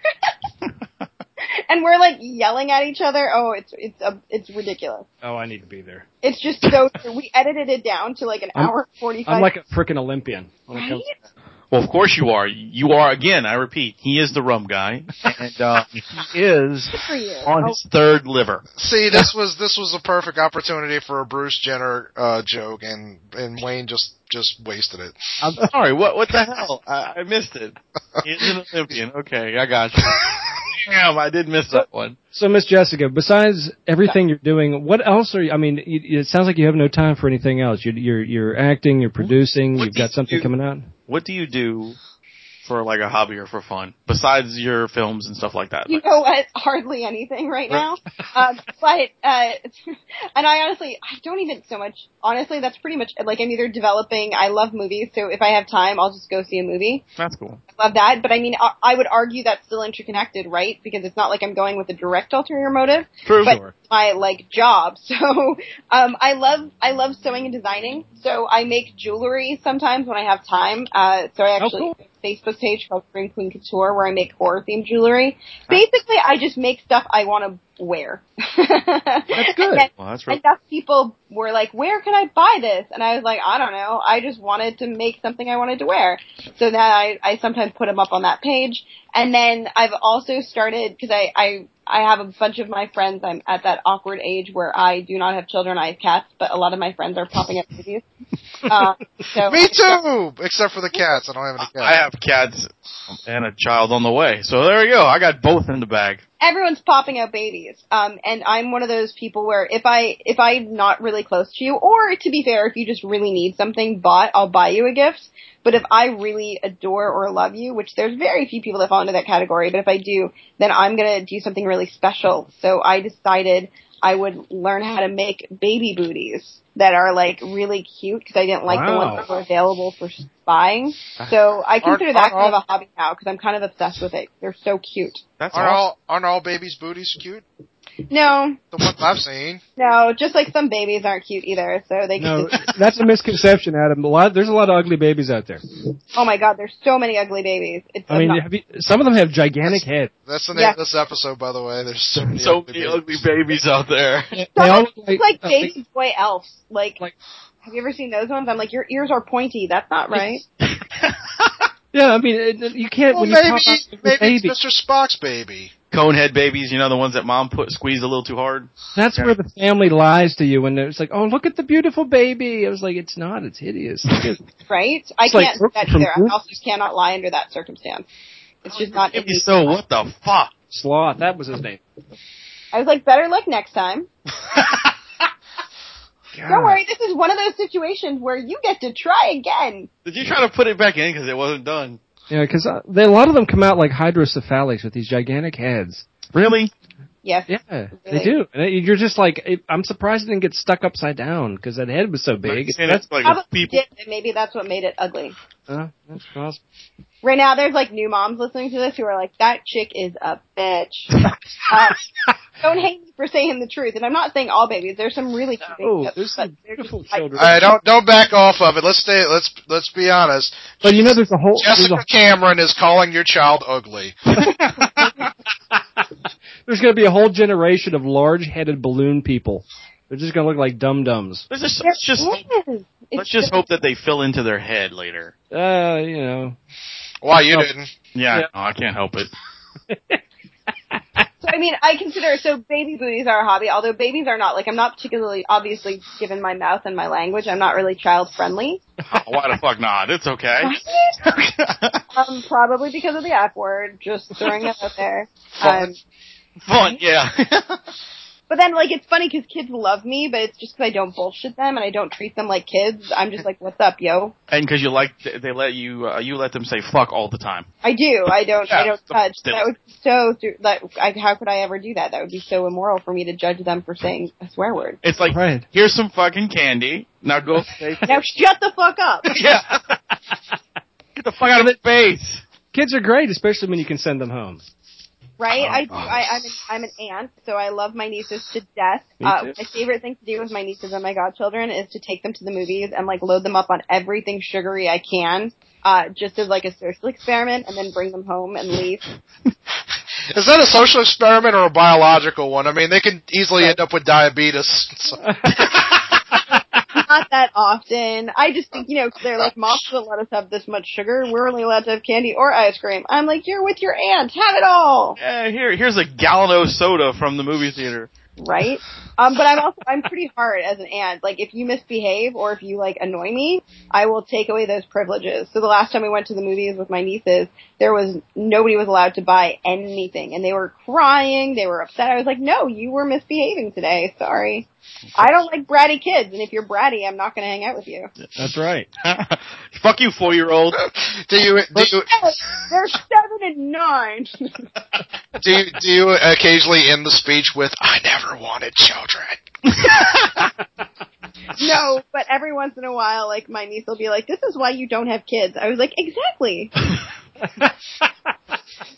S2: and we're like yelling at each other. Oh, it's it's a, it's ridiculous.
S5: Oh, I need to be there.
S2: It's just so we edited it down to like an
S5: I'm-
S2: hour and forty
S5: I'm
S2: five.
S5: like a freaking Olympian. When it
S2: right?
S5: comes
S3: Well, of course you are. You are again. I repeat, he is the rum guy, and uh, he is
S2: Good for you.
S3: on his third liver.
S4: See, this was this was a perfect opportunity for a Bruce Jenner uh, joke, and and Wayne just just wasted it.
S3: I'm sorry. What? What the hell? I, I missed it. He's an Olympian. Okay, I got you. Damn, I did miss that one.
S5: So, Miss Jessica, besides everything you're doing, what else are you? I mean, you, it sounds like you have no time for anything else. You, you're you're acting, you're producing,
S3: What
S5: you've
S3: do
S5: got
S3: you
S5: something
S3: do?
S5: coming out.
S3: What do you do for like a hobby or for fun besides your films and stuff like that?
S2: You know what? Hardly anything right now. Um, but uh, and I honestly, I don't even so much. Honestly, that's pretty much like I'm either developing. I love movies, so if I have time, I'll just go see a movie.
S3: That's cool.
S2: love that. But I mean, I, I would argue that's still interconnected, right? Because it's not like I'm going with a direct ulterior motive.
S3: True.
S2: But my like job. So um, I love I love sewing and designing. So I make jewelry sometimes when I have time. Uh, so I
S5: Oh,
S2: actually
S5: cool.
S2: have a Facebook page called Green Queen Couture where I make horror themed jewelry. Basically, I just make stuff I want to where.
S5: That's good.
S2: And
S3: Well, that's right.
S2: enough people were like, "Where can I buy this?" And I was like, "I don't know. I just wanted to make something I wanted to wear." So that I, I sometimes put them up on that page. And then I've also started because I, I I have a bunch of my friends. I'm at that awkward age where I do not have children. I have cats, but a lot of my friends are popping up videos. Uh, so
S4: Me too, except for the cats. I don't have any cats.
S3: I have cats and a child on the way, so there we go. I got both in the bag.
S2: everyone's popping out babies. Um, and I'm one of those people where if I if I'm not really close to you, or to be fair, if you just really need something bought, I'll buy you a gift. But if I really adore or love you, which there's very few people that fall into that category, but if I do, then I'm gonna do something really special. So I decided I would learn how to make baby booties that are like really cute because I didn't like the
S5: Wow.
S2: ones that were available for buying. So I consider that kind of a hobby now because I'm kind of obsessed with it. They're so cute.
S3: That's
S4: aren't
S3: awesome.
S4: all aren't all babies' booties cute?
S2: No,
S4: The ones I've seen.
S2: No, just like some babies aren't cute either, so they can.
S5: No, that's a misconception, Adam. A lot, there's a lot of ugly babies out there.
S2: Oh my god, there's so many ugly babies. It's
S5: I mean,
S2: obnox-
S5: have you, some of them have gigantic heads.
S4: That's the name
S2: Yeah.
S4: of this episode, by the way. There's so many,
S3: So
S4: ugly
S3: many
S4: babies.
S3: ugly babies out there.
S5: They all
S2: It's
S5: look
S2: like
S5: uh,
S2: baby boy elves. Like,
S5: Like-
S2: have you ever seen those ones? I'm like, your ears are pointy. That's not right.
S5: Yeah, I mean, it, you can't
S4: Well,
S5: when you
S4: maybe
S5: talk about
S4: maybe
S5: baby.
S4: it's Mr. Spock's baby.
S3: Conehead babies, you know the ones that mom put squeezed a little too hard.
S5: That's
S3: Yeah.
S5: where the family lies to you when it's like, oh, look at the beautiful baby. I was like, it's not. It's hideous.
S2: Right? I
S5: It's like
S2: can't do that
S5: from Oh,
S2: either. I
S5: Google.
S2: also cannot lie under that circumstance. It's just not.
S3: Maybe so what the fuck?
S5: Sloth. That was his name.
S2: I was like, better luck next time. Don't worry, this is one of those situations where you get to try again.
S3: Did you try to put it back in because it wasn't done?
S5: Yeah, because uh, they- a lot of them come out like hydrocephalics with these gigantic heads.
S3: Really?
S2: Yes.
S5: Yeah,
S2: Really?
S5: they do. And it- you're just like, it, I'm surprised it didn't get stuck upside down because that head was so big.
S3: And it's like
S2: Probably
S3: people.
S2: did, but maybe that's what made it ugly.
S5: Uh, that's possible.
S2: Right now, there's like new moms listening to this who are like, "That chick is a bitch." um, don't hate me for saying the truth, and I'm not saying all babies. There's some really cute
S3: Oh,
S5: No,
S2: babies,
S5: there's
S2: but
S5: some
S2: they're
S5: beautiful
S2: just like-
S5: children.
S4: All right, don't don't back off of it. Let's stay. Let's let's be honest.
S5: But you know, there's a whole. There's,
S4: Jessica Cameron is calling your child ugly.
S5: going to be a whole generation of large-headed balloon people. They're just going to look like dum dums.
S3: Let's just
S2: There
S3: let's just
S2: is. It's
S3: let's just hope that they fill into their head later.
S5: Uh, you know.
S4: Why you
S5: No.
S4: didn't?
S3: Yeah,
S5: Yeah.
S3: no, I can't help it.
S2: So, I mean, I consider so baby booties are a hobby, although babies are not like I'm not particularly obviously given my mouth and my language. I'm not really child friendly.
S3: Oh, why the fuck not? It's okay.
S2: um, probably because of the F word. Just throwing it out there.
S3: Fun.
S2: Um,
S3: Fun, yeah.
S2: But then, like, it's funny because kids love me, but it's just because I don't bullshit them and I don't treat them like kids. I'm just like, what's up, yo?
S3: and because you like, they let you, uh, you let them say fuck all the time.
S2: I do. I don't. I
S3: Yeah,
S2: don't touch.
S3: still.
S2: That would be so. du- That I, how could I ever do that? That would be so immoral for me to judge them for saying a swear word.
S3: It's like,
S5: Right.
S3: here's some fucking candy. Now go say,
S2: Now shut the fuck up.
S3: yeah. Get the fuck out of my face.
S5: Kids are great, especially when you can send them home.
S2: Right?
S3: Oh,
S2: I do.
S3: God.
S2: I, I'm an I'm an aunt, so I love my nieces to death.
S5: Me
S2: Uh,
S5: too.
S2: my favorite thing to do with my nieces and my godchildren is to take them to the movies and like load them up on everything sugary I can, uh, just as like a social experiment, and then bring them home and leave.
S4: Is that a social experiment or a biological one? I mean, they can easily end up with diabetes. So-
S2: not that often. I just think, you know, they they're like, moms don't let us have this much sugar. We're only allowed to have candy or ice cream. I'm like, you're with your aunt. Have it all.
S3: Yeah, here, here's a gallon of soda from the movie theater.
S2: Right? Um, but I'm also, I'm pretty hard as an aunt. Like, if you misbehave or if you, like, annoy me, I will take away those privileges. So the last time we went to the movies with my nieces, there was, nobody was allowed to buy anything. And they were crying. They were upset. I was like, no, you were misbehaving today. Sorry. I don't like bratty kids. And if you're bratty, I'm not going to hang out with you.
S5: That's right.
S3: fuck you, four year old.
S4: do you do you
S2: They're seven and nine.
S4: do you, do you occasionally end the speech with "I never wanted children"?
S2: no, but every once in a while, like my niece will be like, "This is why you don't have kids." I was like, "Exactly." so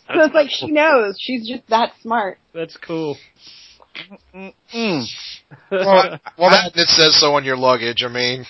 S2: it's like she knows. She's just that smart.
S5: That's cool.
S3: Mm.
S4: Well, well, that it says so on your luggage. I mean,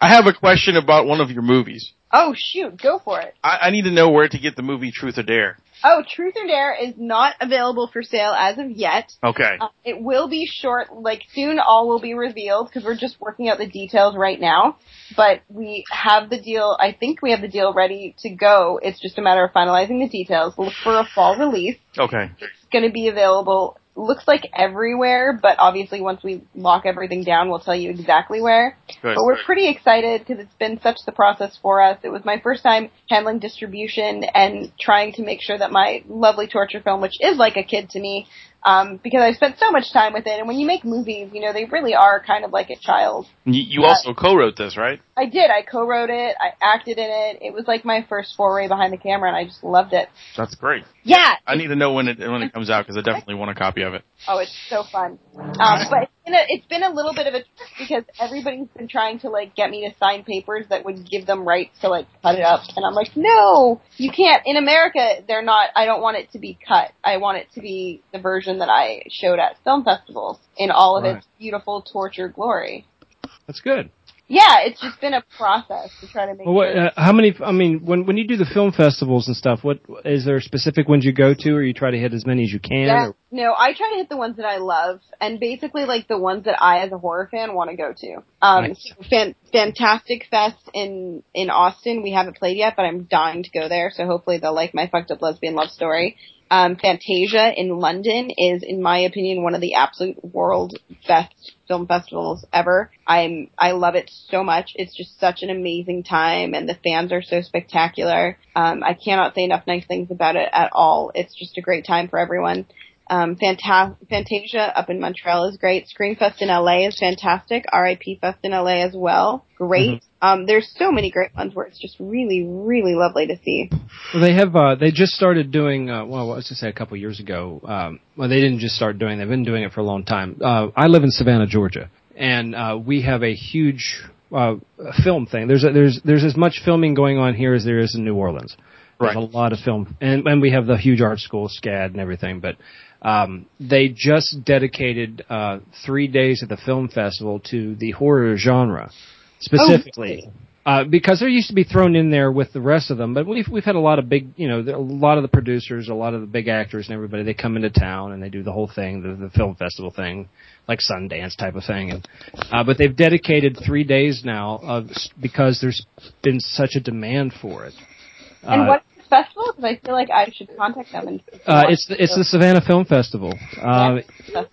S3: I have a question about one of your movies.
S2: Oh shoot, go for it.
S3: I, I need to know where to get the movie Truth or Dare.
S2: Oh, Truth or Dare is not available for sale as of yet.
S3: Okay.
S2: Uh, it will be short, like soon all will be revealed because we're just working out the details right now. But we have the deal, I think we have the deal ready to go. It's just a matter of finalizing the details. Look for a fall release.
S3: Okay.
S2: It's going to be available, looks like everywhere, but obviously once we lock everything down, we'll tell you exactly where.
S3: Good.
S2: But we're pretty excited because it's been such the process for us. It was my first time handling distribution and trying to make sure that my lovely torture film, which is like a kid to me, um, because I spent so much time with it. And when you make movies, you know, they really are kind of like a child.
S3: You, you also co-wrote this, right?
S2: I did. I co-wrote it. I acted in it. It was like my first foray behind the camera and I just loved it.
S3: That's great.
S2: Yeah.
S3: I need to know when it when it comes out because I definitely want a copy of it.
S2: Oh, it's so fun. Um, but it's been, a, it's been a little bit of a trick because everybody's been trying to like get me to sign papers that would give them rights to like cut it up, and I'm like, no, you can't. In America, they're not. I don't want it to be cut. I want it to be the version that I showed at film festivals in all of
S5: Right.
S2: its beautiful torture glory.
S5: That's good.
S2: Yeah, it's just been a process to try to make.
S5: Well, what,
S2: sure-
S5: uh, how many? I mean, when when you do the film festivals and stuff, what is there specific ones you go to, or you try to hit as many as you can?
S2: yeah,
S5: or-
S2: no, I try to hit the ones that I love, and basically like the ones that I, as a horror fan, want to go to. Um,
S5: Nice.
S2: so fan- Fantastic Fest in in Austin. We haven't played yet, but I'm dying to go there. So hopefully they'll like my fucked up lesbian love story. Um, Fantasia in London is, in my opinion, one of the absolute world best film festivals ever. I'm I love it so much. It's just such an amazing time, and the fans are so spectacular. Um, I cannot say enough nice things about it at all. It's just a great time for everyone. Um, Fanta- Fantasia up in Montreal is great. Screenfest in LA is fantastic. RIP Fest in LA as well. Great.
S5: Mm-hmm.
S2: Um, there's so many great ones where it's just really, really lovely to see.
S5: Well, they have. Uh, they just started doing. Uh, well, what was to say a couple years ago. Um, well, they didn't just start doing. They've been doing it for a long time. Uh, I live in Savannah, Georgia, and uh, we have a huge uh, film thing. There's a, there's there's as much filming going on here as there is in New Orleans.
S3: Right.
S5: There's a lot of film, and and we have the huge art school, SCAD, and everything. But um, they just dedicated uh, three days at the film festival to the horror genre specifically. Uh, because they're used to be thrown in there with the rest of them, but we've we've had a lot of big, you know, there- a lot of the producers, a lot of the big actors, and everybody they come into town and they do the whole thing, the, the film festival thing, like Sundance type of thing. And uh, but they've dedicated three days now of because there's been such a demand for it.
S2: and
S5: Uh,
S2: what's the festival? Because I feel like I should contact them. And
S5: uh, it's the, it's the Savannah Film Festival. Uh,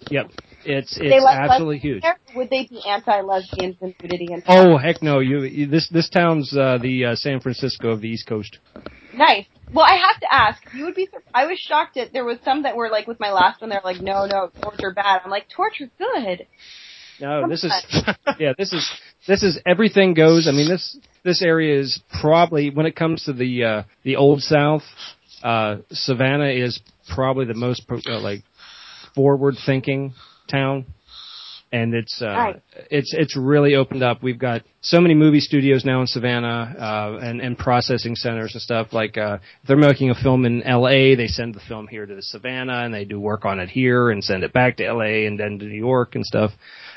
S5: yep, it's
S2: They
S5: it's
S2: let
S5: absolutely
S2: lesbians
S5: huge.
S2: there? Would they be anti-lesbians and nudity and
S5: Oh heck no! You, you this this town's uh, the uh, San Francisco of the East Coast.
S2: Nice. Well, I have to ask. You would be. sur- I was shocked that there was some that were like with my last one. They're like, no, no, torture bad. I'm like, torture good.
S5: No, this is yeah, this is this is everything goes. I mean this this area is probably when it comes to the uh, the old South, uh, Savannah is probably the most pro- uh, like forward thinking town. And it's uh,
S2: Right.
S5: it's it's really opened up. We've got so many movie studios now in Savannah uh, and and processing centers and stuff. Like uh, if they're making a film in L.A., they send the film here to the Savannah and they do work on it here and send it back to L.A. and then to New York and stuff.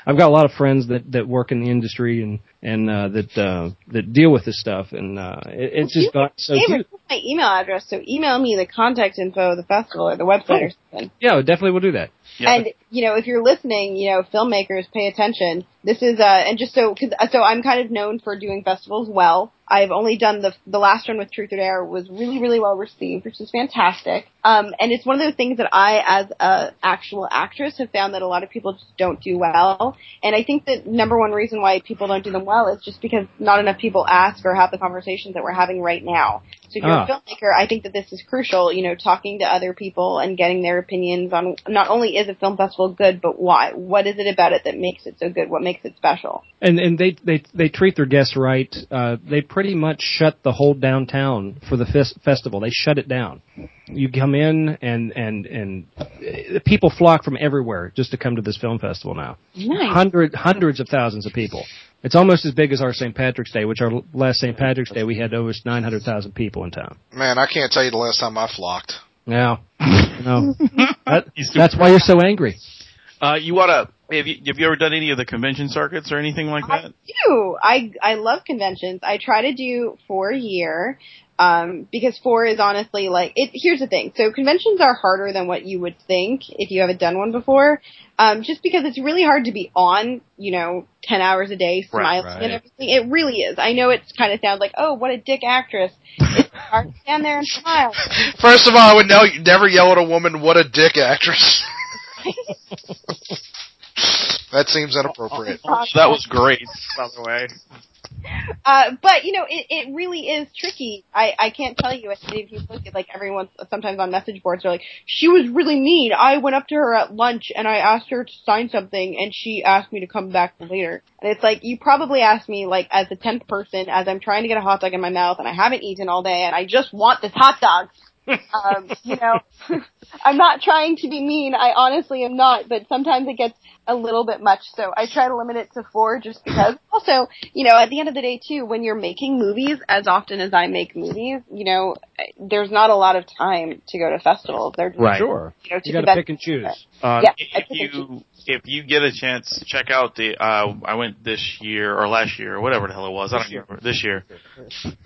S5: I've got a lot of friends that that work in the industry and and uh, that uh, that deal with this stuff, and uh, it, it's just got so
S2: Hey,
S5: huge.
S2: this is my email address, so email me the contact info of the festival or the website or something.
S5: Yeah, definitely we'll do that.
S3: Yeah.
S2: And you know, if you're listening, you know, filmmakers, pay attention. This is uh, and just so because so I'm kind of known for doing festivals well. I've only done the the last one with Truth or Dare was really really well received, which is fantastic. Um, and it's one of those things that I, as a actual actress, have found that a lot of people just don't do well. And I think that number one reason why people don't do them well is just because not enough people ask or have the conversations that we're having right now. So if you're
S5: Ah.
S2: a filmmaker, I think that this is crucial, you know, talking to other people and getting their opinions on not only is a film festival good, but why? What is it about it that makes it so good? What makes it special?
S5: And and they they they treat their guests right. Uh, they pretty much shut the whole downtown for the fes- festival. They shut it down. You come in and and and uh, people flock from everywhere just to come to this film festival now.
S2: Nice.
S5: Hundred hundreds of thousands of people. It's almost as big as our St. Patrick's Day, which our l- last St. Patrick's Day we had over 900,000 people in town.
S4: Man, I can't tell you the last time I flocked.
S5: No, no. That-
S3: He's stupid.
S5: that's why you're so angry.
S3: Uh, you ought to Have you, have you ever done any of the convention circuits or anything like
S2: I
S3: that?
S2: do. I I love conventions. I try to do four a year um, because four is honestly like it. Here's the thing. So conventions are harder than what you would think if you haven't done one before, um, just because it's really hard to be on. You know, ten hours a day
S3: Right,
S2: smiling
S6: right.
S2: and everything. It really is. I know it kind of sounds like oh, what a dick actress. It's hard to stand there and smile.
S4: First of all, I would know you never yell at a woman, what a dick actress. that seems inappropriate.
S3: That was great, by the way.
S2: Uh, but you know, it, it really is tricky. I, I can't tell you. If you look at like everyone, sometimes on message boards, they're like, she was really mean. I went up to her at lunch and I asked her to sign something, and she asked me to come back later. And it's like you probably asked me like as the tenth person, as I'm trying to get a hot dog in my mouth and I haven't eaten all day, and I just want this hot dog. um, you know, I'm not trying to be mean. I honestly am not, but sometimes it gets a little bit much. So I try to limit it to four just because also, you know, at the end of the day too, when you're making movies as often as I make movies, you know, there's not a lot of time to go to festivals. They're just,
S5: Sure.
S2: you know, to the
S5: You got to
S2: best-
S5: pick and choose.
S3: Um,
S2: Yeah, I think
S3: if
S2: I
S3: you if you get a chance, check out the. Uh, I went this year or last year or whatever the hell it was. I don't remember this year.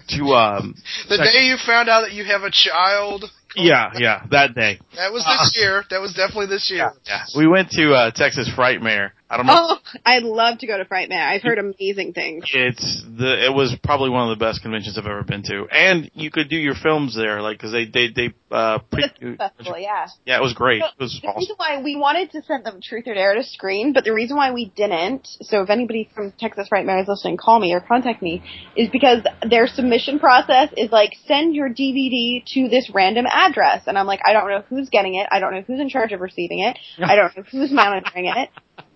S3: To um,
S4: The
S3: Second.
S4: day you found out that you have a child,
S3: yeah, yeah, that day.
S4: that was this year. That was definitely this year.
S3: Yeah, we went to uh, Texas Frightmare. I don't know.
S2: Oh, I'd love to go to Fright Man. I've heard amazing things.
S3: It's the it was probably one of the best conventions I've ever been to, and you could do your films there, like because they they they uh pre-
S2: Festival, yeah.
S3: yeah it was great it was
S2: The
S3: awesome
S2: reason why we wanted to send them Truth or Dare to screen, but the reason why we didn't, so if anybody from Texas Frightmare is listening, call me or contact me, is because their submission process is like, send your DVD to this random address. And I'm like, I don't know who's getting it. I don't know who's in charge of receiving it. I don't know who's monitoring it.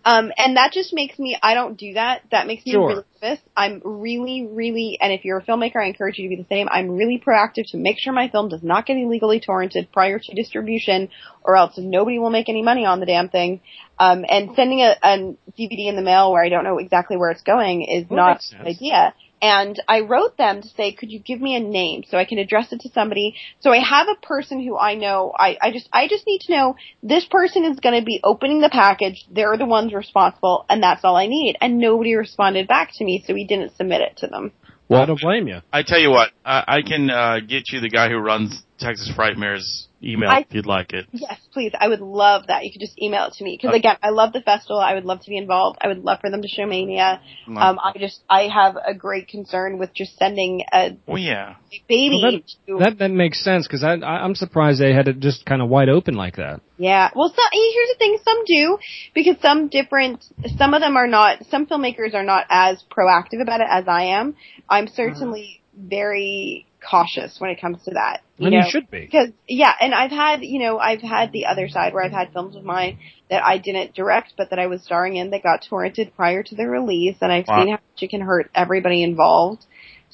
S2: Um, and that just makes me, I don't do that. That makes me
S5: Sure.
S2: really nervous. I'm really, really, and if you're a filmmaker, I encourage you to be the same. I'm really proactive to make sure my film does not get illegally torrented prior to distribution or else nobody will make any money on the damn thing. Um, and sending a, a DVD in the mail where I don't know exactly where it's going is
S5: Well,
S2: not
S5: makes
S2: an
S5: sense.
S2: idea. And I wrote them to say, could you give me a name so I can address it to somebody? So I have a person who I know. I, I just I just need to know this person is going to be opening the package. They're the ones responsible, and that's all I need. And nobody responded back to me, so we didn't submit it to them.
S5: Well, I don't blame you.
S3: I tell you what I, I can uh get you the guy who runs Texas Frightmare's email
S2: I-
S3: if you'd like it
S2: Yes, please. I would love that. You could just email it to me
S5: Uh,
S2: because again, I love the festival. I would love to be involved. I would love for them to show mania. Um, I just I have a great concern with just sending a
S3: well Oh, yeah
S2: baby
S5: Well,
S2: to
S5: That that makes sense because I, I I'm surprised they had it just kind of wide open like that.
S2: Yeah. Well, so, here's the thing. Some do because some different, some of them are not, some filmmakers are not as proactive about it as I am. I'm
S5: Mm-hmm.
S2: certainly very cautious when it comes to that. You
S5: and
S2: know?
S5: you should be.
S2: Because yeah, and I've had you know I've had the other side where I've had films of mine that I didn't direct but that I was starring in that got torrented prior to the release, and I've
S3: Wow.
S2: seen how much it can hurt everybody involved.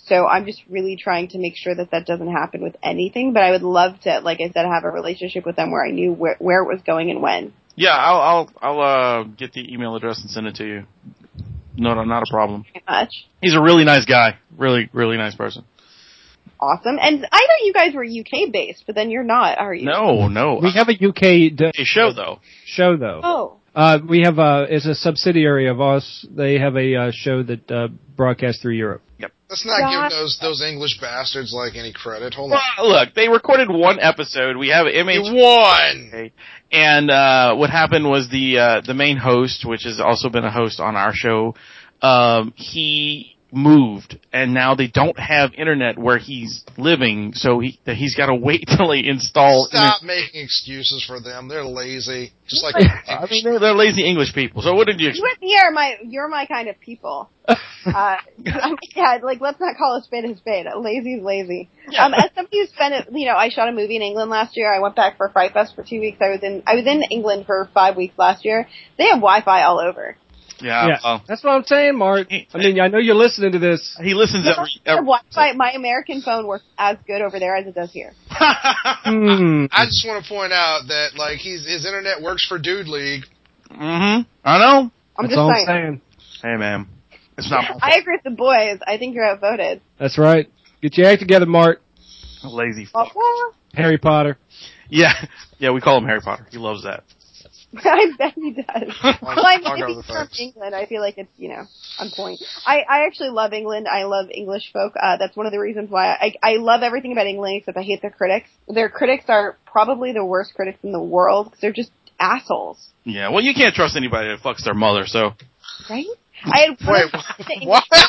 S2: So I'm just really trying to make sure that that doesn't happen with anything. But I would love to, like I said, have a relationship with them where I knew where, where it was going and when.
S3: yeah I'll I'll I'll uh get the email address and send it to you no no not a problem
S2: Pretty much
S3: he's a really nice guy really really nice person
S2: awesome. And I thought you guys were UK based, but then you're not, are you?
S3: no no
S5: We have a UK d-
S3: a show though
S5: show though.
S2: Oh,
S5: Uh, we have a it's a subsidiary of us. They have a uh, show that uh, broadcasts through Europe.
S4: Let's not
S2: Yeah.
S4: give those those English bastards like any credit. Hold on.
S3: well, look they recorded one episode we have image
S4: One.
S3: And uh, what happened was the uh, the main host, which has also been a host on our show, um, he moved, and now they don't have internet where he's living, so he that he's got to wait till they install.
S4: Stop making excuses for them. They're lazy. Just like
S3: internet. I mean, they're, they're lazy English people. So what did
S2: you
S3: you? expect?
S2: are my you're my kind of people. uh, I'm- yeah, like let's not call a spade a spade. Lazy is lazy. Um, as somebody who's been, you know, I shot a movie in England last year. I went back for Fright Fest for two weeks. I was in I was in England for five weeks last year. They have Wi-Fi all over.
S3: Yeah.
S5: yeah,
S3: Uh, well,
S5: that's what I'm saying, Mark. I mean, I know you're listening to this.
S3: he listens
S2: They
S3: every.
S2: have
S3: every
S2: Wi-Fi. My American phone works as good over there as it does here.
S5: Hmm.
S4: I just want to point out that like he's, his internet works for Dude League.
S3: mm-hmm. I know.
S2: I'm
S5: that's
S2: just
S5: all
S2: saying.
S5: I'm saying.
S3: Hey, man. It's not my
S2: I agree with the boys. I think you're outvoted.
S5: That's right. Get your act together, Mark.
S3: fault. lazy.
S2: Wah,
S3: Fuck.
S2: wah.
S5: Harry Potter.
S3: Yeah, yeah. We call him Harry Potter. He loves that.
S2: I bet he does.
S4: I'll-
S2: well, I
S4: I'll
S2: mean,
S4: go
S2: if
S4: with
S2: he's from
S4: facts.
S2: England, I feel like it's you know on point. I I actually love England. I love English folk. Uh, that's one of the reasons why I I love everything about England except I hate their critics. Their critics are probably the worst critics in the world because they're just assholes,
S3: Yeah, well, you can't trust anybody that fucks their mother, so.
S2: right? I had
S4: Wait,
S2: one-
S4: what?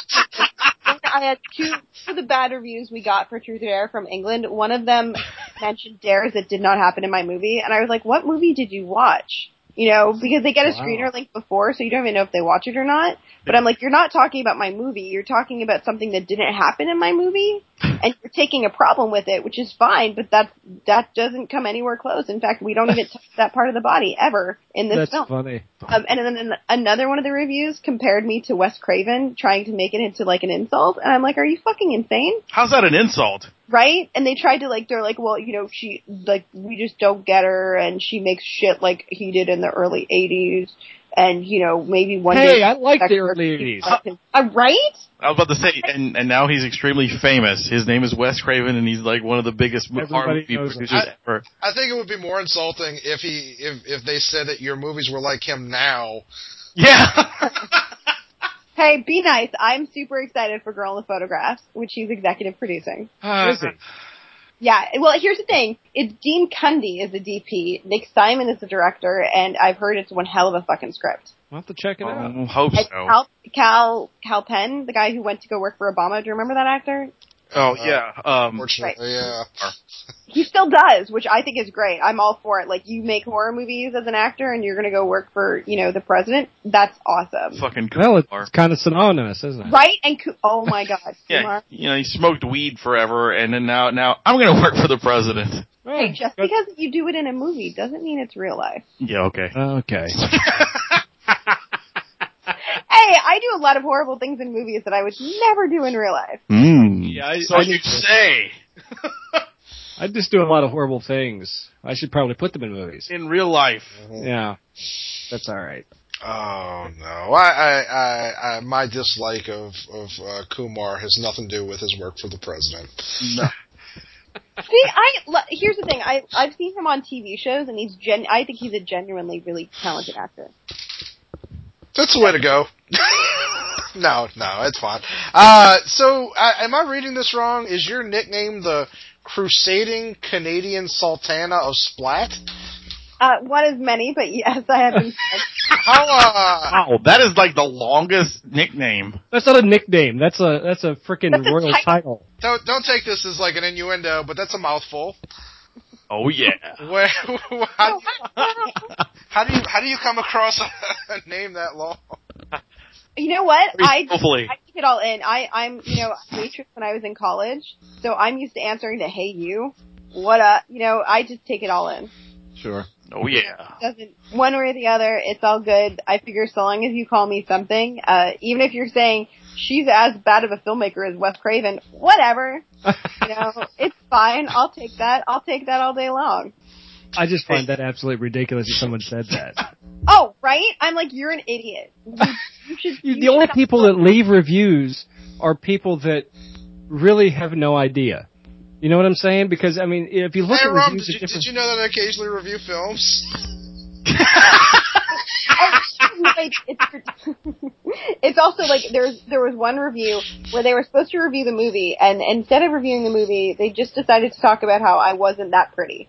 S2: I had two two of the bad reviews we got for Truth or Dare from England. One of them mentioned dares that did not happen in my movie, and I was like, "What movie did you watch?" You know, because they get a
S5: Wow.
S2: screener link before, so you don't even know if they watch it or not. But I'm like, you're not talking about my movie. You're talking about something that didn't happen in my movie, and you're taking a problem with it, which is fine. But that that doesn't come anywhere close. In fact, we don't even touch that part of the body ever in this
S5: That's
S2: film.
S5: funny.
S2: Um, and then an- another one of the reviews compared me to Wes Craven trying to make it into like an insult, and I'm like, are you fucking insane?
S3: How's that an insult?
S2: Right? And they tried to like, they're like, well, you know, she like we just don't get her, and she makes shit like he did in the early '80s, and you know, maybe one
S5: Hey,
S2: day.
S5: I like the early 80s.
S2: Uh, right?
S3: I was about to say, and, and now he's extremely famous. His name is Wes Craven, and he's like one of the biggest mo- horror
S5: Everybody
S3: movie
S5: knows him.
S3: producers ever.
S4: I think it would be more insulting if he if if they said that your movies were like him now.
S3: Yeah.
S2: Hey, be nice. I'm super excited for Girl in the Photographs, which he's executive producing.
S5: Is he?
S2: Yeah, well, here's the thing. It's Dean Cundy is the DP. Nick Simon is the director, and I've heard it's one hell of a fucking script.
S5: We'll have to check it out.
S3: Um, hope
S2: And
S3: so.
S2: Cal, Cal Cal Penn, the guy who went to go work for Obama. Do you remember that actor?
S3: Oh yeah. Um,
S4: Unfortunately, yeah.
S2: He still does, which I think is great. I'm all for it. Like you make horror movies as an actor, and you're going to go work for you know the president. That's awesome,
S3: fucking
S5: Well,
S3: Kumar.
S5: it's kind of synonymous, isn't it?
S2: right? And Ku- oh my god,
S3: Yeah,
S2: Kumar.
S3: you know, he smoked weed forever, and then now, now I'm gonna work for the president.
S5: Well,
S2: Hey, just
S5: good-
S2: because you do it in a movie doesn't mean it's real life.
S3: Yeah, okay.
S5: Okay.
S2: Hey, I do a lot of horrible things in movies that I would never do in real life.
S3: Mm.
S5: Yeah, I-
S3: so
S5: I
S3: you
S5: think-
S3: say
S5: I just do a lot of horrible things. I should probably put them in movies.
S3: in real life?
S5: Yeah. That's all right.
S4: Oh no! I, I, I, I my dislike of of uh, Kumar has nothing to do with his work for the president.
S3: No.
S2: See, I lo- here's the thing. I I've seen him on TV shows, and he's gen. I think he's a genuinely really talented actor.
S4: That's the way to go. no, no, it's fine. Uh, so I, am I reading this wrong? Is your nickname the Crusading Canadian Sultana of Splat?
S2: Uh, one of many, but yes, I have been.
S4: How uh,
S3: Wow, that is like the longest nickname.
S5: That's not a nickname. That's a that's a freaking
S2: That's a
S5: royal
S2: title.
S5: title.
S4: don't don't take this as like an innuendo, but that's a mouthful.
S3: Oh yeah.
S4: Where, how, how do you how do you come across a, a name that long?
S2: you know what? I
S3: Hopefully.
S2: I take it all in. I I'm you know a waitress when I was in college, so I'm used to answering to hey you, what up? You know, I just take it all in.
S4: Sure.
S3: Oh yeah.
S2: Doesn't one way or the other. It's all good. I figure so long as you call me something, uh, even if you're saying she's as bad of a filmmaker as Wes Craven, whatever. you know, it's fine. I'll take that. I'll take that all day long.
S5: I just find that absolutely ridiculous that someone said that.
S2: Oh, right? I'm like, you're an idiot. You, you should.
S5: You,
S2: you
S5: the only
S2: should-
S5: people that leave reviews are people that really have no idea. You know what I'm saying? Because I mean, if you look
S4: Hey,
S5: at
S4: Rom,
S5: reviews
S4: did you,
S5: of different
S4: did you know that I occasionally review films?
S2: Like, it's, it's also like there's there was one review where they were supposed to review the movie, and instead of reviewing the movie, they just decided to talk about how I wasn't that pretty.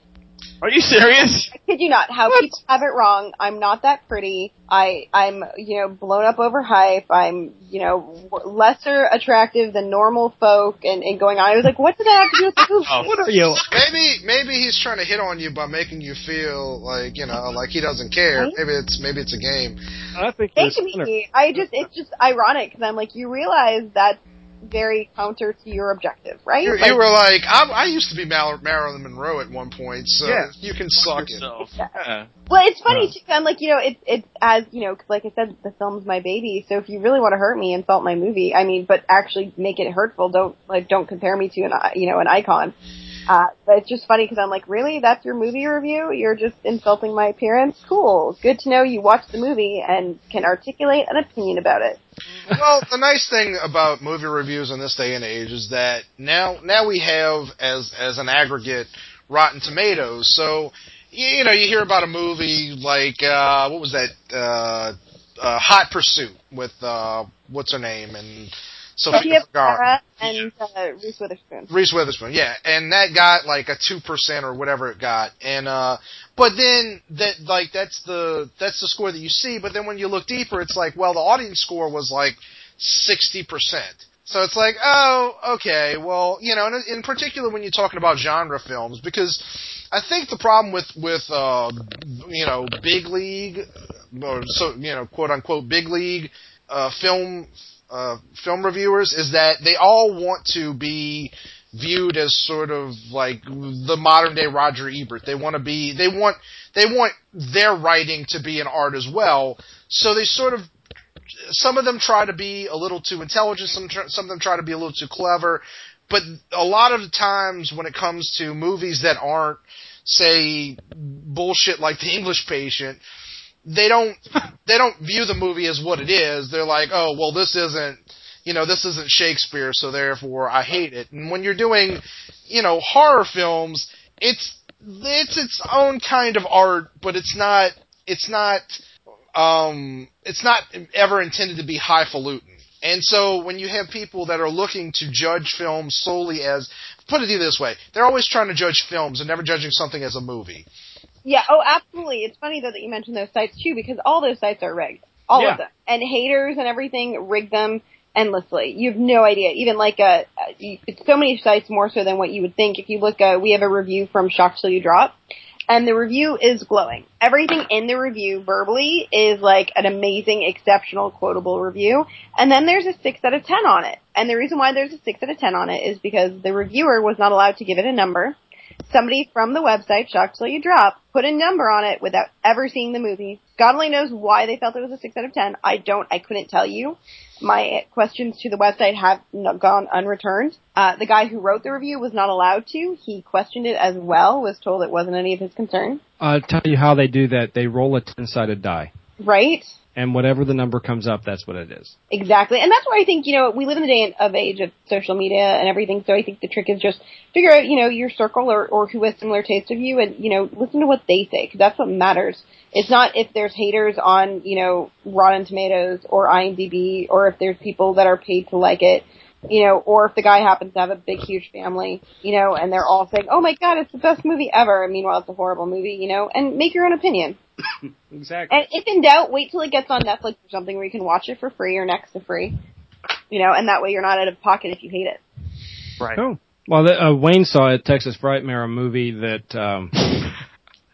S3: Are you serious?
S2: I kid you not. How people have it wrong. I'm not that pretty. I I'm you know blown up over hype. I'm you know w- lesser attractive than normal folk, and, and going on. I was like, what does that have to do with the movie?
S3: Oh,
S5: are you?
S4: Maybe maybe he's trying to hit on you by making you feel like you know like he doesn't care.
S2: Right?
S4: Maybe it's maybe it's a game.
S5: I think you're a
S2: Thank
S5: sinner.
S2: me. I just it's just ironic because I'm like you realize that's very counter to your objective, right?
S4: You,
S2: Like,
S4: you were like I, I used to be Mal- Marilyn Monroe at one point, so
S3: Yeah.
S4: you can suck it.
S3: yourself. Yeah.
S2: well, it's funny
S5: Huh.
S2: too. 'cause I'm like you know it's it's as you know 'cause like I said the film's my baby. So if you really want to hurt me, insult my movie. I mean, but actually make it hurtful. Don't like don't compare me to an i- you know an icon. Uh, but it's just funny because I'm like, really? That's your movie review? You're just insulting my appearance? Cool. Good to know you watched the movie and can articulate an opinion about it.
S4: well, the nice thing about movie reviews in this day and age is that now now we have as as an aggregate Rotten Tomatoes. So you, you know, you hear about a movie like uh, what was that? Uh, uh, Hot Pursuit with uh, what's her name and Sophia
S2: Sophia
S4: Vergara,
S2: Vergara and uh, Reese Witherspoon.
S4: Reese Witherspoon. Yeah, and that got like a two percent or whatever it got, and uh, but then that like that's the that's the score that you see, but then when you look deeper, it's like well the audience score was like sixty percent. So it's like, oh, okay, well, you know, and in particular when you're talking about genre films, because I think the problem with with uh, you know big league or so you know quote unquote big league uh, film uh, film reviewers is that they all want to be viewed as sort of like the modern day Roger Ebert. They want to be they want they want their writing to be an art as well. So they sort of some of them try to be a little too intelligent. Some tr- some of them try to be a little too clever. But a lot of the times when it comes to movies that aren't say bullshit like The English Patient, they don't they don't view the movie as what it is. They're like, oh well, this isn't you know this isn't Shakespeare, so therefore I hate it. And when you're doing you know horror films, it's it's its own kind of art, but it's not it's not um, it's not ever intended to be highfalutin. And so when you have people that are looking to judge films solely as, put it this way, they're always trying to judge films and never judging something as a movie.
S2: Yeah, oh, absolutely. It's funny though that you mentioned those sites too, because all those sites are rigged, all
S5: Yeah.
S2: of them, and haters and everything rig them endlessly. You have no idea. Even like uh uh, you- it's so many sites more so than what you would think. If you look, uh, we have a review from Shock Till You Drop, and the review is glowing. Everything in the review verbally is like an amazing, exceptional, quotable review. And then there's a six out of ten on it. And the reason why there's a six out of ten on it is because the reviewer was not allowed to give it a number somebody from the website Shock Till You Drop put a number on it without ever seeing the movie. God only knows why they felt it was a six out of ten. I don't. I couldn't tell you. My questions to the website have n- gone unreturned. Uh, the guy who wrote the review was not allowed to. He questioned it as well. Was told it wasn't any of his concern.
S5: I'll tell you how they do that. They roll a ten-sided die,
S2: Right.
S5: and whatever the number comes up, that's what it is.
S2: Exactly. And that's why I think, you know, we live in the day of age of social media and everything, so I think the trick is just figure out, you know, your circle or, or who has similar taste of you and, you know, listen to what they say, because that's what matters. It's not if there's haters on, you know, Rotten Tomatoes or IMDb or if there's people that are paid to like it, you know, or if the guy happens to have a big, huge family, you know, and they're all saying, oh my god, it's the best movie ever, and meanwhile it's a horrible movie, you know, and make your own opinion.
S5: Exactly.
S2: And if in doubt, wait till it gets on Netflix or something where you can watch it for free or next to free. You know, and that way you're not out of pocket if you hate it.
S3: Right.
S5: Cool. Well, the, uh, Wayne saw a Texas Frightmare a movie that um,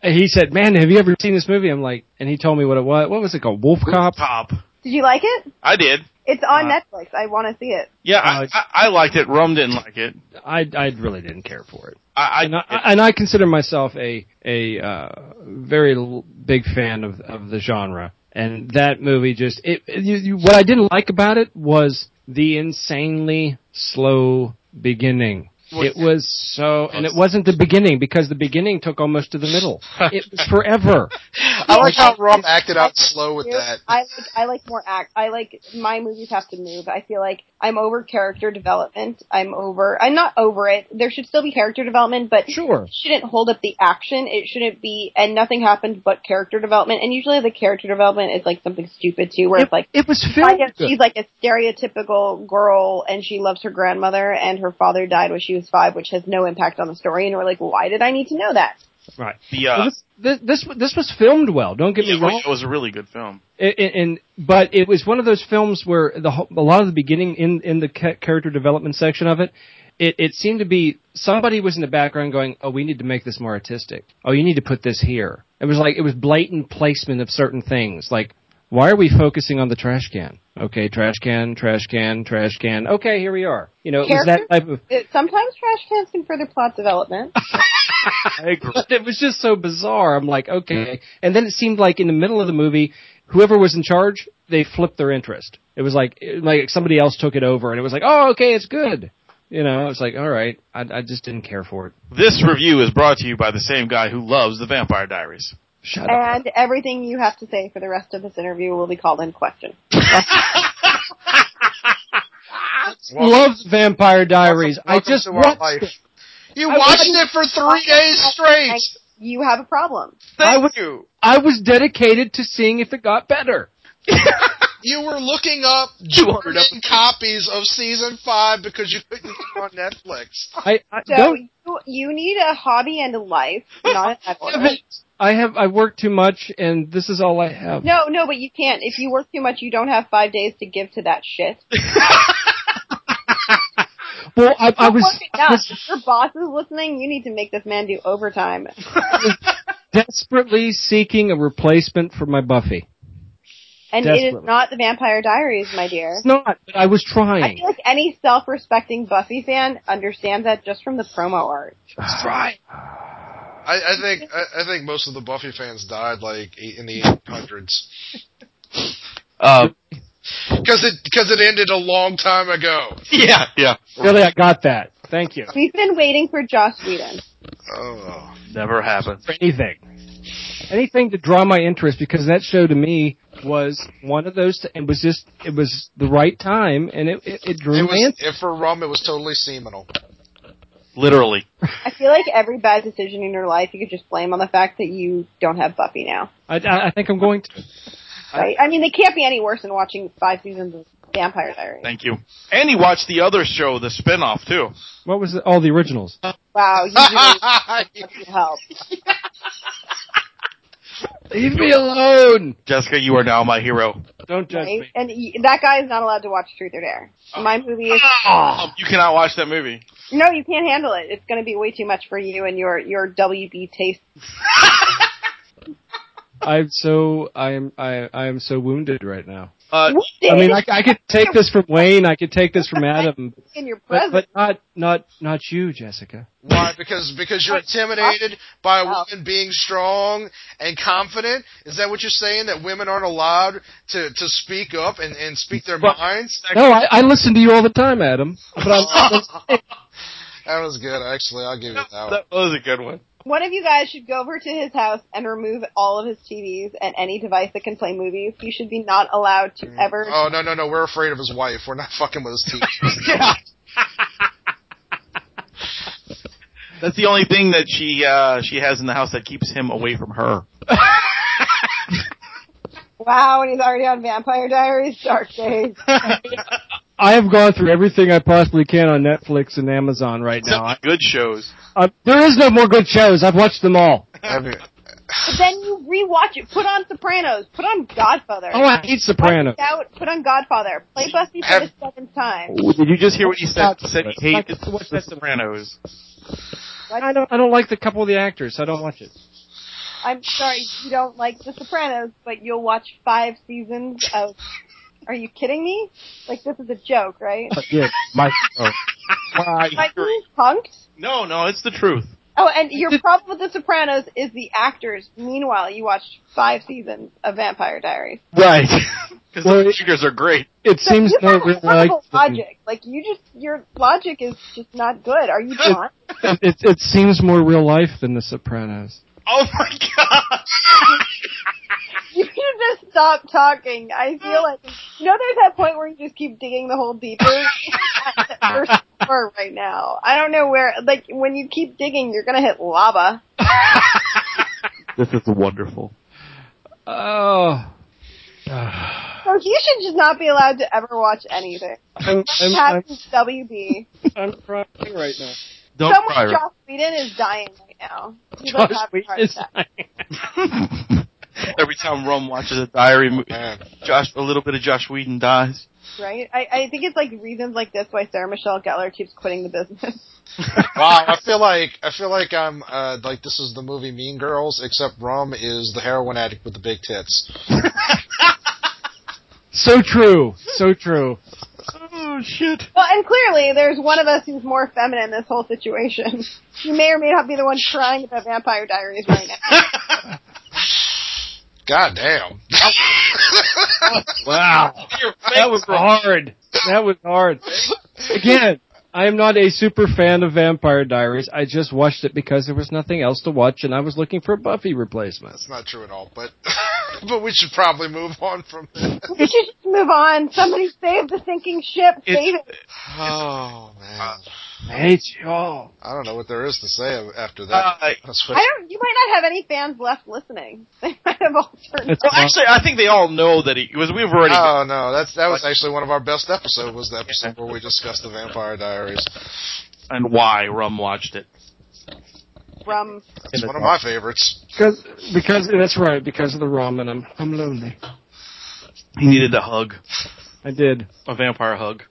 S5: he said, "Man, have you ever seen this movie?" I'm like, and he told me what it was. What was it called? Wolf Cop.
S3: Pop.
S2: Did you like it?
S3: I did.
S2: It's on
S5: Uh,
S2: Netflix. I want to see it.
S3: Yeah,
S5: Uh,
S3: I, I, I liked it. Rum didn't like it.
S5: I I really didn't care for it.
S3: I,
S5: and I,
S3: I,
S5: and I consider myself a a uh, very l- big fan of of the genre, and that movie just it, it- you, you, what I didn't like about it was the insanely slow beginning. It was so, and it wasn't the beginning because the beginning took almost to the middle. It was forever.
S4: I like how Rob acted out slow with that.
S2: I like, I like more act. I like my movies have to move. I feel like I'm over character development. I'm over. I'm not over it. There should still be character development, but
S5: Sure.
S2: it shouldn't hold up the action. It shouldn't be. And nothing happened but character development. And usually the character development is like something stupid too, where
S5: It,
S2: it's like
S5: it was
S2: I
S5: filmed.
S2: guess she's like a stereotypical girl and she loves her grandmother and her father died when she was five, which has no impact on the story. And we're like, why did I need to know that?
S5: Right.
S3: the, uh,
S5: this, this this this was filmed well. Don't get
S3: yeah,
S5: me wrong.
S3: it was a really good film.
S5: and, and but it was one of those films where the whole- a lot of the beginning in in the ca- character development section of it, it it seemed to be somebody was in the background going, "Oh, we need to make this more artistic. Oh, you need to put this here." It was like it was blatant placement of certain things. Like, why are we focusing on the trash can? Okay, trash can, trash can, trash can. Okay, here we are. You know, it was that
S2: Character?
S5: type of.
S2: It, sometimes trash cans can further plot development.
S3: I agree.
S5: But it was just so bizarre. I'm like, okay. And then it seemed like in the middle of the movie, whoever was in charge, they flipped their interest. It was like, it- like somebody else took it over and it was like, oh, okay, it's good. You know, it's like, all right, I, I just didn't care for it.
S3: This review is brought to you by the same guy who loves the Vampire Diaries.
S5: Shut up.
S2: and everything you have to say for the rest of this interview will be called in question.
S5: Love Vampire Diaries.
S4: Welcome
S5: I just
S4: to
S5: watched
S4: our life.
S5: it.
S4: You
S5: I
S4: watched
S5: watched-
S4: it for three days straight.
S2: you have a problem.
S5: I
S3: Thank
S5: was-
S3: you.
S5: I was dedicated to seeing if it got better.
S4: You were looking up
S3: 200
S4: German copies of season five because you couldn't get it on Netflix.
S5: I, I
S2: So
S5: don't.
S2: you, you need a hobby and a life, not an
S5: I have,
S2: network.
S5: I have I work too much, and this is all I have.
S2: No, no, but you can't. If you work too much, you don't have five days to give to that shit.
S5: Well, I, I was.
S2: Work it
S5: I
S2: out.
S5: was
S2: If your boss is listening, you need to make this man do overtime.
S5: desperately seeking a replacement for my Buffy.
S2: And it is
S5: Desperately.
S2: not the Vampire Diaries, my dear.
S5: It's not. But I was
S2: I
S5: trying.
S2: feel like any self-respecting Buffy fan understands that just from the promo art.
S5: Try.
S4: I, I think I, I think most of the Buffy fans died like eight, in the 1800s
S3: Uh,
S4: because it because it ended a long time ago.
S3: yeah, yeah.
S5: Really, I got that. Thank you.
S2: We've been waiting for Joss Whedon.
S4: Oh,
S3: Never happened.
S5: for anything. Anything to draw my interest because that show to me was one of those. It was just it was the right time and it it, it drew
S4: it
S5: me in.
S4: was if for rum, it was totally seminal.
S3: Literally.
S2: I feel like every bad decision in your life you could just blame on the fact that you don't have Buffy now.
S5: I, I, I think I'm going to.
S2: Right? I mean, they can't be any worse than watching five seasons of Vampire Diaries.
S3: Thank you. And he watched the other show, the spinoff too.
S5: What was it? all the originals?
S2: Wow, you really need help.
S5: Leave me alone!
S3: Jessica, you are now my hero.
S5: Don't judge
S2: Right?
S5: me. Oh.
S2: And y- that guy is not allowed to watch Truth or Dare. My movie is
S3: Um, You cannot watch that movie.
S2: no, you can't handle it. It's going to be way too much for you and your your WB taste.
S5: I'm so I'm I I am so wounded right now.
S3: Uh,
S5: I mean, I, I could take this from Wayne. I could take this from Adam,
S2: in your presence.
S5: but but not not not you, Jessica.
S4: Why? Because because you're intimidated by a
S2: Wow.
S4: woman being strong and confident. Is that what you're saying? That women aren't allowed to to speak up and and speak their
S5: Well,
S4: minds?
S5: No, I, I listen to you all the time, Adam. But I'm,
S4: That was good, actually. I'll give you that one.
S3: that was a good one.
S2: One of you guys should go over to his house and remove all of his TVs and any device that can play movies. He should be not allowed to ever.
S4: Oh no no no! We're afraid of his wife. We're not fucking with his teeth.
S3: That's the only thing that she uh, she has in the house that keeps him away from her.
S2: Wow, and he's already on Vampire Diaries, Dark Days.
S5: I have gone through everything I possibly can on Netflix and Amazon right
S3: Except
S5: now. I,
S3: the good shows.
S5: I, there is no more good shows. I've watched them all.
S4: Every-
S2: But then you rewatch it. Put on Sopranos. Put on Godfather.
S5: Oh, I hate Sopranos.
S2: Out. Put on Godfather. Play Buffy for
S4: Have-
S2: the seventh time.
S3: Did you just hear what he said? He said he
S5: Like,
S3: hated
S5: what's
S3: The
S5: that-
S3: Sopranos.
S5: I don't. I don't like the couple of the actors. I don't watch it.
S2: I'm sorry you don't like The Sopranos, but you'll watch five seasons of. Are you kidding me? Like this is a joke, right?
S5: But yeah, my oh,
S2: Am I being punked?
S3: No, no, it's the truth.
S2: Oh, and your problem with The Sopranos is the actors. Meanwhile, you watched five seasons of Vampire Diaries.
S5: right.
S3: Because
S5: Well,
S3: the
S5: it-
S3: shooters are great.
S5: It
S2: So
S5: seems
S2: you
S5: no
S2: have
S5: real like.
S2: horrible logic. Like you just your logic is just not good. Are you blind?
S5: It, it, it seems more real life than The Sopranos.
S3: Oh my god!
S2: you should just stop talking. I feel like you know there's that point where you just keep digging the hole deeper. You're sore right now. I don't know where. Like when you keep digging, you're gonna hit lava.
S3: This is wonderful.
S5: Oh,
S2: So you should just not be allowed to ever watch anything.
S5: I'm, I'm, I'm,
S2: Happens WB.
S5: I'm crying right now.
S3: Don't
S2: Someone,
S3: cry.
S2: Joss Whedon is dying right now. He's like
S5: Josh
S2: having a heart
S5: Whedon is
S2: attack.
S3: Every time Rum watches a diary, mo-
S4: Man.
S3: Josh, a little bit of Josh Whedon dies.
S2: Right? I, I think it's like reasons like this why Sarah Michelle Gellar keeps quitting the business.
S4: wow, I feel like I feel like I'm uh, like this is the movie Mean Girls, except Rum is the heroin addict with the big tits.
S5: So true. So true.
S3: Oh shit!
S2: Well, and clearly there's one of us who's more feminine in this whole situation. You may or may not be the one crying about Vampire Diaries right now.
S4: God damn.
S5: Wow. That was hard. That was hard. Again, I am not a super fan of Vampire Diaries. I just watched it because there was nothing else to watch and I was looking for a Buffy replacement.
S4: That's not true at all, but but we should probably move on from this.
S2: We should just move on. Somebody save the sinking ship. Save
S3: It's,
S2: it.
S4: Oh man.
S5: I hate you all.
S4: I don't know what there is to say after that.
S3: Uh,
S4: That's what-
S2: I don't. You might not have any fans left listening. They might have all turned.
S5: It's-
S3: well, actually, I think they all know that he was. We've already.
S4: Oh no, that's that was actually one of our best episodes. Was the episode where we discussed the Vampire Diaries?
S3: and why Rum watched it.
S2: Rum.
S4: That's one of my favorites.
S5: Because, because that's right. Because of the ramen, I'm I'm lonely.
S3: He needed a hug,
S5: I did.
S3: a vampire hug.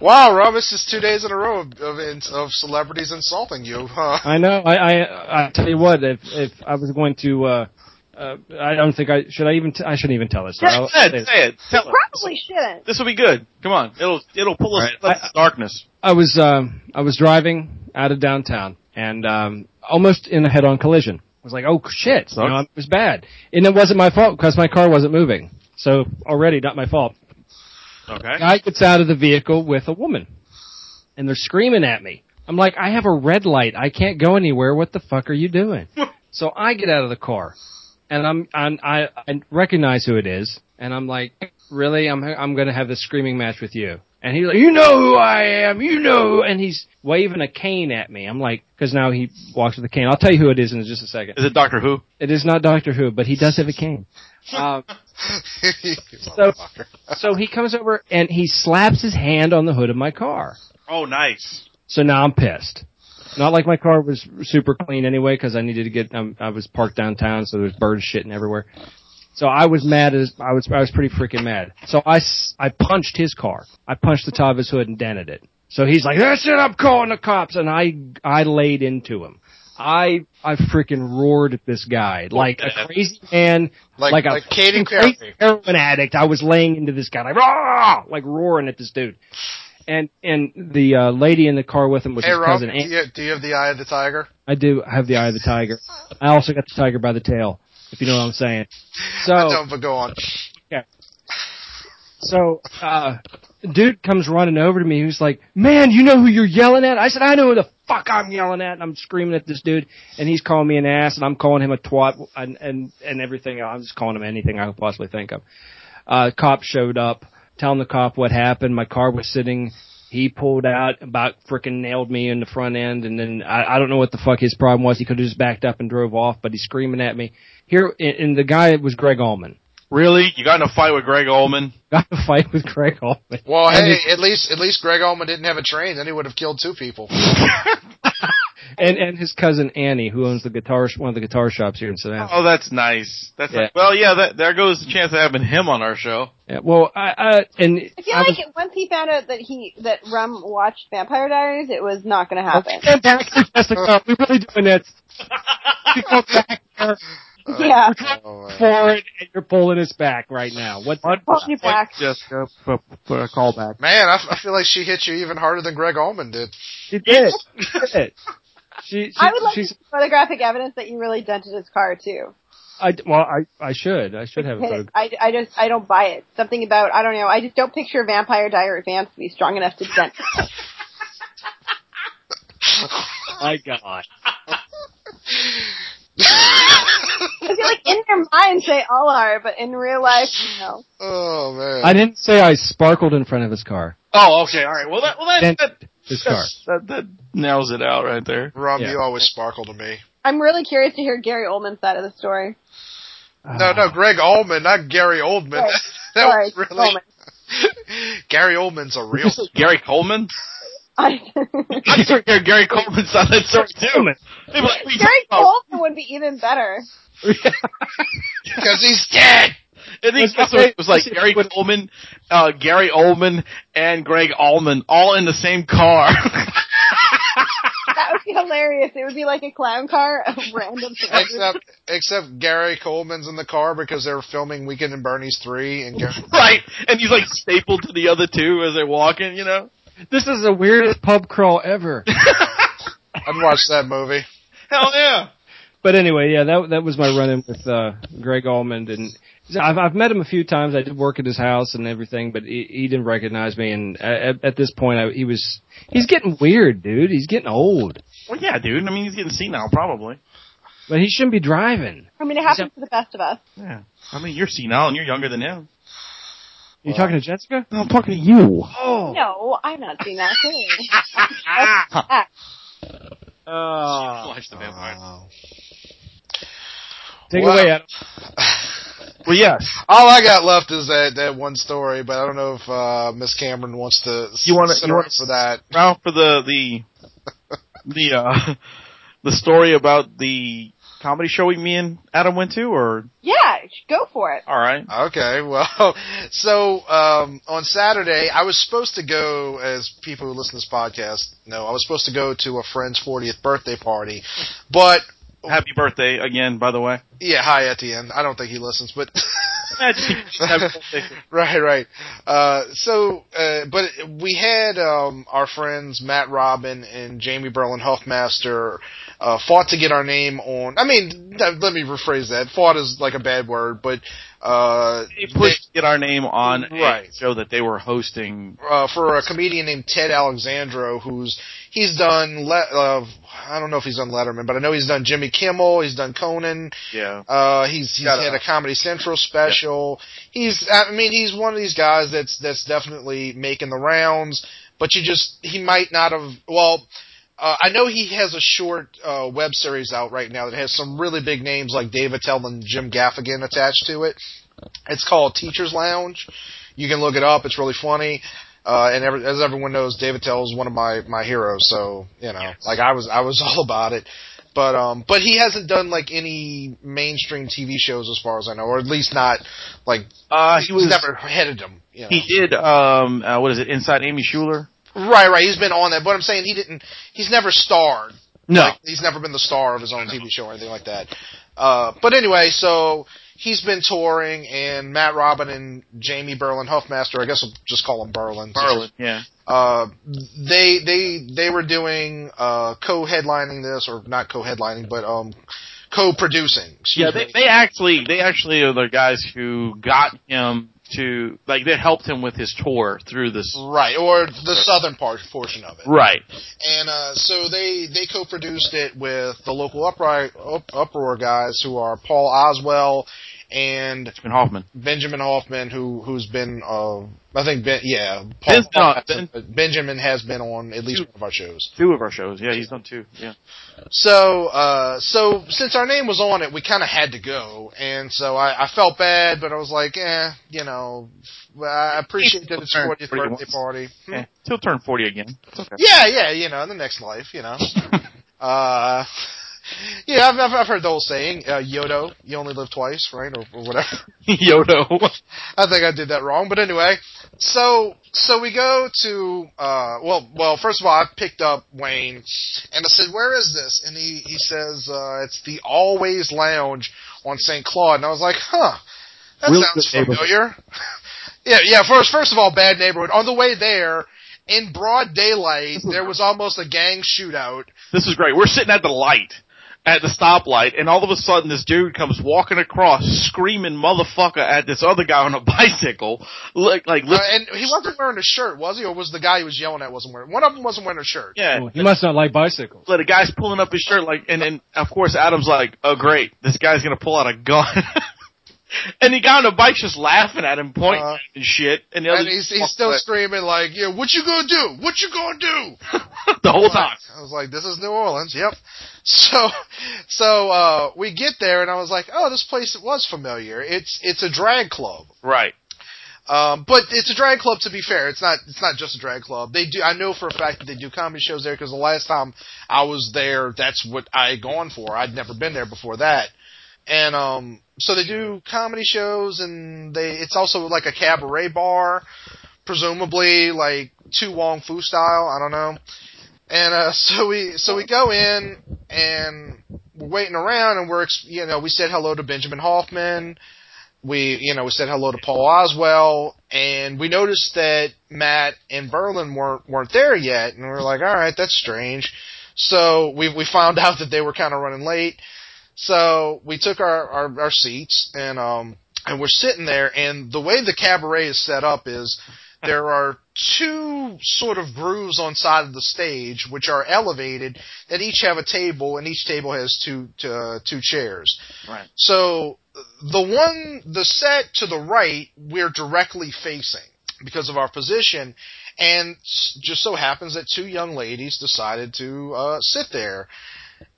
S4: Wow, Rob, this is two days in a row of of, of celebrities insulting you. Huh?
S5: I know. I I, I tell you what. If if I was going to, uh, uh, I don't think I should. I even t- I shouldn't even tell this. so I'll-
S3: Say it, say it. Tell it.
S2: Probably shouldn't.
S3: This will be good. Come on, it'll it'll pull us
S5: All
S3: out
S5: right.
S3: of the darkness.
S5: I was um, I was driving out of downtown and um, almost in a head-on collision. I was like, "Oh shit!" You know, it was bad, and it wasn't my fault because my car wasn't moving. So already not my fault.
S3: Okay.
S5: Guy gets out of the vehicle with a woman, and they're screaming at me. I'm like, "I have a red light. I can't go anywhere. What the fuck are you doing?" so I get out of the car, and I'm, I'm I, I recognize who it is, and I'm like, "Really? I'm I'm going to have this screaming match with you." And he's like, "You know who I am. You know." And he's waving a cane at me. I'm like, because now he walks with a cane. I'll tell you who it is in just a second.
S3: Is it Doctor Who?
S5: It is not Doctor Who, but he does have a cane. Um,
S4: You
S5: So-
S4: motherfucker.
S5: so he comes over and he slaps his hand on the hood of my car.
S3: Oh, nice.
S5: So now I'm pissed. Not like my car was super clean anyway because I needed to get. Um, I was parked downtown, so there was birds shitting everywhere. So I was mad as I was. I was pretty freaking mad. So I s- I punched his car. I punched the top of his hood and dented it. So he's like, "That's it. I'm calling the cops." And I I laid into him. I I freaking roared at this guy like a crazy man,
S4: Like-
S5: like, a
S4: like Katy
S5: freaking crazy
S4: Perry.
S5: heroin addict. I was laying into this guy like, "Rah!" like roaring at this dude. And and the uh, lady in the car with him was
S4: Hey,
S5: his
S4: Rob, do
S5: cousin. Aunt-
S4: you, do you have the eye of the tiger?
S5: I do have the eye of the tiger. I also got the tiger by the tail, if you know what I'm saying.
S4: I
S5: So
S4: don't, but go on.
S5: so uh dude comes running over to me. He was like, "Man, you know who you're yelling at?" I said, "I know who the fuck I'm yelling at." And I'm screaming at this dude, and he's calling me an ass, and I'm calling him a twat, and and and everything. I'm just calling him anything I could possibly think of. Uh, cop showed up, telling the cop what happened. My car was sitting. He pulled out, about frickin' nailed me in the front end, and then I, I don't know what the fuck his problem was. He could have just backed up and drove off, but he's screaming at me. Here, and, and the guy was Greg Allman.
S3: Really? You got in a fight with Greg Ullman?
S5: Got in a fight with Greg Allman.
S4: Well,
S5: And
S4: hey,
S5: it's-
S4: at least at least Greg Allman didn't have a train, then he would have killed two people.
S5: and and his cousin Annie, who owns the guitar one of the guitar shops here in Savannah.
S3: Oh, that's nice. That's
S5: Yeah.
S3: nice. well, yeah. That, there goes the chance of having him on our show.
S5: Yeah, well, I, I and
S2: I feel like once he found out that he that Rum watched Vampire Diaries, it was not going to happen.
S5: and back to Jessica, we're really doing this. You go back there
S2: yeah,
S4: Oh, man.
S5: forward, and you're pulling us back right now. What?
S2: call you back.
S3: Jessica for, for a callback.
S4: Man, I, f- I feel like she hit you even harder than Greg Allman did.
S5: She did. She did. She, she,
S2: I would like to
S5: she's,
S2: see photographic evidence that you really dented his car too.
S5: I, well, I, I should. I should have a
S2: Hit it.
S5: photograph.
S2: I, I just I don't buy it. Something about I don't know. I just don't picture Vampire Diary fans to be strong enough to dent.
S5: My God.
S2: I feel like in their minds they all are, but in real life, no.
S4: Oh man.
S5: I didn't say I sparkled in front of his car.
S3: Oh, okay. All right. Well, that well that
S5: Dent
S3: that,
S5: his car.
S3: that's- that that nails it out right there.
S4: Rob,
S5: Yeah.
S4: you always sparkle to me.
S2: I'm really curious to hear Gary Oldman's side of the story.
S5: Uh-huh.
S4: No,
S5: Ah.
S4: no, Greg Allman, not Gary Oldman.
S2: Sorry.
S4: that
S2: Sorry,
S4: was really
S2: Oldman.
S4: Gary Oldman's a real.
S3: Gary Coleman.
S2: I-
S3: I swear, Gary, Gary Coleman's on that story too. They'd be like, "We
S2: Gary
S3: talked about-
S2: Oldman would be even better.
S4: because he's dead.
S3: And then
S5: Let's
S3: guess
S5: say-
S3: what? It was like
S5: let's say
S3: Gary
S5: it would-
S3: Coleman, uh, Gary Oldman, and Greg Allman all in the same car.
S2: That would be hilarious. It would be like a clown car of random
S4: Except, except Gary Coleman's in the car because they're filming Weekend in Bernie's three, and Gary,
S3: right? And he's like stapled to the other two as they're walking, you know?
S5: This is the weirdest pub crawl ever.
S4: I'd watch that movie.
S3: Hell yeah.
S5: But anyway, yeah, that that was my run-in with uh, Greg Almond, and I've I've met him a few times. I did work at his house and everything, but he, he didn't recognize me. And at, at this point, I, he was he's getting weird, dude. He's getting old,
S3: Well, yeah, dude. I mean, he's getting senile, probably.
S5: but he shouldn't be driving.
S2: I mean, it happens to the best of us.
S3: Yeah. I mean, you're senile and you're younger than him.
S5: You talking to Jessica?
S3: I'm talking to you.
S5: Oh,
S2: No, I'm not doing that. Hey.
S5: Uh,
S3: Watch the vampire.
S4: Wow.
S5: take
S4: Well-
S5: it away, Adam.
S3: Well, yes.
S4: All I got left is that, that one story, but I don't know if uh, Miss Cameron wants to s-
S3: You wanna-
S4: sit
S3: you
S4: around
S3: wanna-
S4: for that.
S3: Now for the the the uh, the story about the comedy show we me and Adam went to, or
S2: Yeah, go for it.
S3: all right.
S4: Okay, well, so um, on Saturday, I was supposed to go, as people who listen to this podcast know, I was supposed to go to a friend's 40th birthday party, but
S3: Happy birthday again, by the way.
S4: yeah, hi Etienne. I don't think he listens, but
S3: Eh, just keep- just happy birthday.
S4: right, right. Uh, so, uh, but we had um, our friends Matt Robin and Jamie Berlin Huffmaster uh, fought to get our name on. I mean, th- let me rephrase that. Fought is like a bad word, but uh,
S3: They pushed to get our name on a
S4: Right.
S3: show that they were hosting.
S4: uh, for a comedian named Ted Alexandro, who's he's done. Le- uh, I don't know if he's done Letterman, but I know he's done Jimmy Kimmel. He's done Conan.
S3: Yeah.
S4: Uh, he's he's
S3: Got it.
S4: had a Comedy Central special. He's I mean he's one of these guys that's that's definitely making the rounds. But you just he might not have well. Uh, I know he has a short uh, web series out right now that has some really big names like Dave Attell and Jim Gaffigan attached to it. It's called Teachers Lounge. You can look it up. It's really funny. Uh, and every, as everyone knows, David Tell is one of my, my heroes. So, you know, like I was, I was all about it. But, um, but he hasn't done like any mainstream TV shows as far as I know, or at least not like,
S3: Uh,
S4: he
S3: he
S4: was
S3: was
S4: never headed him. You know?
S3: he did. Um, uh, what is it? Inside Amy Schuler.
S4: right, right. He's been on that, but I'm saying he didn't, he's never starred.
S3: No.
S4: Like, he's never been the star of his own TV show or anything like that. Uh, but anyway, so he's been touring, and Matt Robin and Jamie Berlin Huffmaster, I guess we'll just call him Berlin.
S3: Berlin. Yeah.
S4: Uh, they they they were doing uh, co-headlining this, or not co-headlining, but um, co-producing. excuse
S3: Yeah, they,
S4: me.
S3: they actually they actually are the guys who got him to like they helped him with his tour through this.
S4: right, or the southern part portion of it.
S3: Right.
S4: And uh, so they they co-produced it with the local upri- up, uproar guys, who are Paul Oswell and
S3: Benjamin Hoffman.
S4: Benjamin Hoffman, who who's been, uh, I think, ben, yeah,
S3: Ben's
S4: Paul-
S3: not- Ben-
S4: Benjamin has been on at least one of our shows.
S3: Two of our shows. Yeah, he's done two. Yeah.
S4: So, uh, so since our name was on it, we kind of had to go, and so I, I felt bad, but I was like, eh, you know, I appreciate that it's 40th birthday party. Hmm?
S3: Okay. He'll turn forty again. It's okay.
S4: Yeah, yeah, you know, in the next life, you know. uh, yeah, I've, I've, I've heard the old saying, uh, Yodo, you only live twice, right, or, or whatever.
S3: Yodo.
S4: I think I did that wrong, but anyway. So so we go to uh well well first of all I picked up Wayne and I said where is this and he he says uh it's the Always Lounge on St Claude and I was like huh that
S5: Real
S4: sounds
S5: good neighborhood.
S4: familiar yeah yeah first first of all bad neighborhood on the way there in broad daylight there was almost a gang shootout
S3: this is great. We're sitting at the light, at the stoplight, and all of a sudden this dude comes walking across, screaming "motherfucker" at this other guy on a bicycle. Look, like,
S4: uh,
S3: look,
S4: and he wasn't wearing a shirt was he or was the guy he was yelling at wasn't wearing one of them wasn't wearing a shirt
S3: yeah.
S5: Well, he must not like bicycles.
S3: Like the guy's pulling up his shirt, like, and then of course Adam's like, "Oh great, this guy's gonna pull out a gun." and the guy on the bike's just laughing at him, pointing
S4: Uh,
S3: and shit. And the other
S4: and he's, he's still screaming like yeah what you gonna do what you gonna do
S3: the whole
S4: I was
S3: time.
S4: like- I was like, this is New Orleans. Yep. So, so, uh, we get there and I was like, oh, this place was familiar. It's, it's a drag club.
S3: Right.
S4: Um, but it's a drag club to be fair. It's not, it's not just a drag club. They do, I know for a fact that they do comedy shows there because the last time I was there, that's what I had gone for. I'd never been there before that. And, um, so they do comedy shows and they, it's also like a cabaret bar, presumably like Tu Wong Fu style. I don't know. And uh, so we so we go in and we're waiting around and we're ex- you know we said hello to Benjamin Hoffman. We you know we said hello to Paul Oswell and we noticed that Matt and Berlin weren't weren't there yet and we were like all right that's strange. So we we found out that they were kind of running late. So we took our, our, our seats and um and we're sitting there and the way the cabaret is set up is there are two sort of grooves on side of the stage which are elevated that each have a table and each table has two t- uh, two chairs.
S3: Right.
S4: So the one the set to the right we're directly facing because of our position and s- just so happens that two young ladies decided to uh, sit there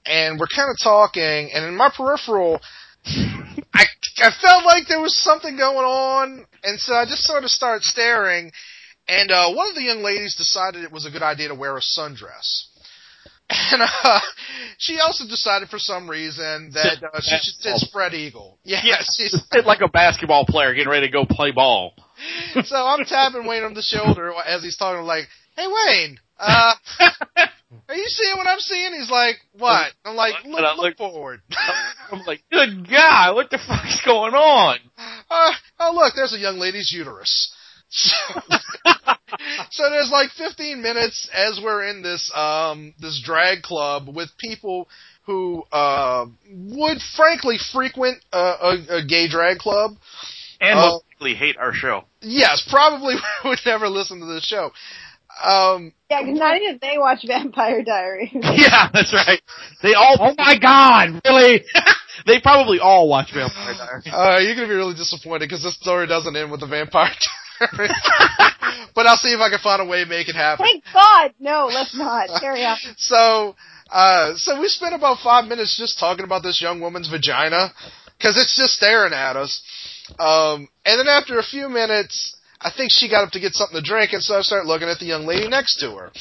S4: and we're kind of talking and in my peripheral I, I felt like there was something going on and so i just sort of started staring and uh, one of the young ladies decided it was a good idea to wear a sundress and uh, she also decided for some reason that uh, she should sit spread eagle yeah
S3: Yes.
S4: she's-
S3: Sit like a basketball player getting ready to go play ball.
S4: so I'm tapping Wayne on the shoulder as he's talking, like, "Hey Wayne, uh, are you seeing what I'm seeing?" He's like, "What?" I'm like,
S3: And
S4: "Look,
S3: I
S4: look,
S3: look-
S4: forward."
S3: I'm like, good God, what the fuck's going on?
S4: uh, oh, look, there's a young lady's uterus. So, so there's like 15 minutes as we're in this um, this drag club with people who uh, would frankly frequent uh, a, a gay drag club.
S3: And
S4: Oh.
S3: most likely hate our show.
S4: Yes, probably would never listen to this show. Um,
S2: Yeah, because not even they watch Vampire Diaries.
S3: Yeah, that's right. They all. Oh my God, really? they probably all watch Vampire Diaries.
S4: Uh, you're gonna be really disappointed because this story doesn't end with the vampire. Diaries. but I'll see if I can find a way to make it happen.
S2: Thank God! No, let's not. Carry on.
S4: So, uh, so we spent about five minutes just talking about this young woman's vagina because it's just staring at us. Um, and then after a few minutes, I think she got up to get something to drink, and so I started looking at the young lady next to her.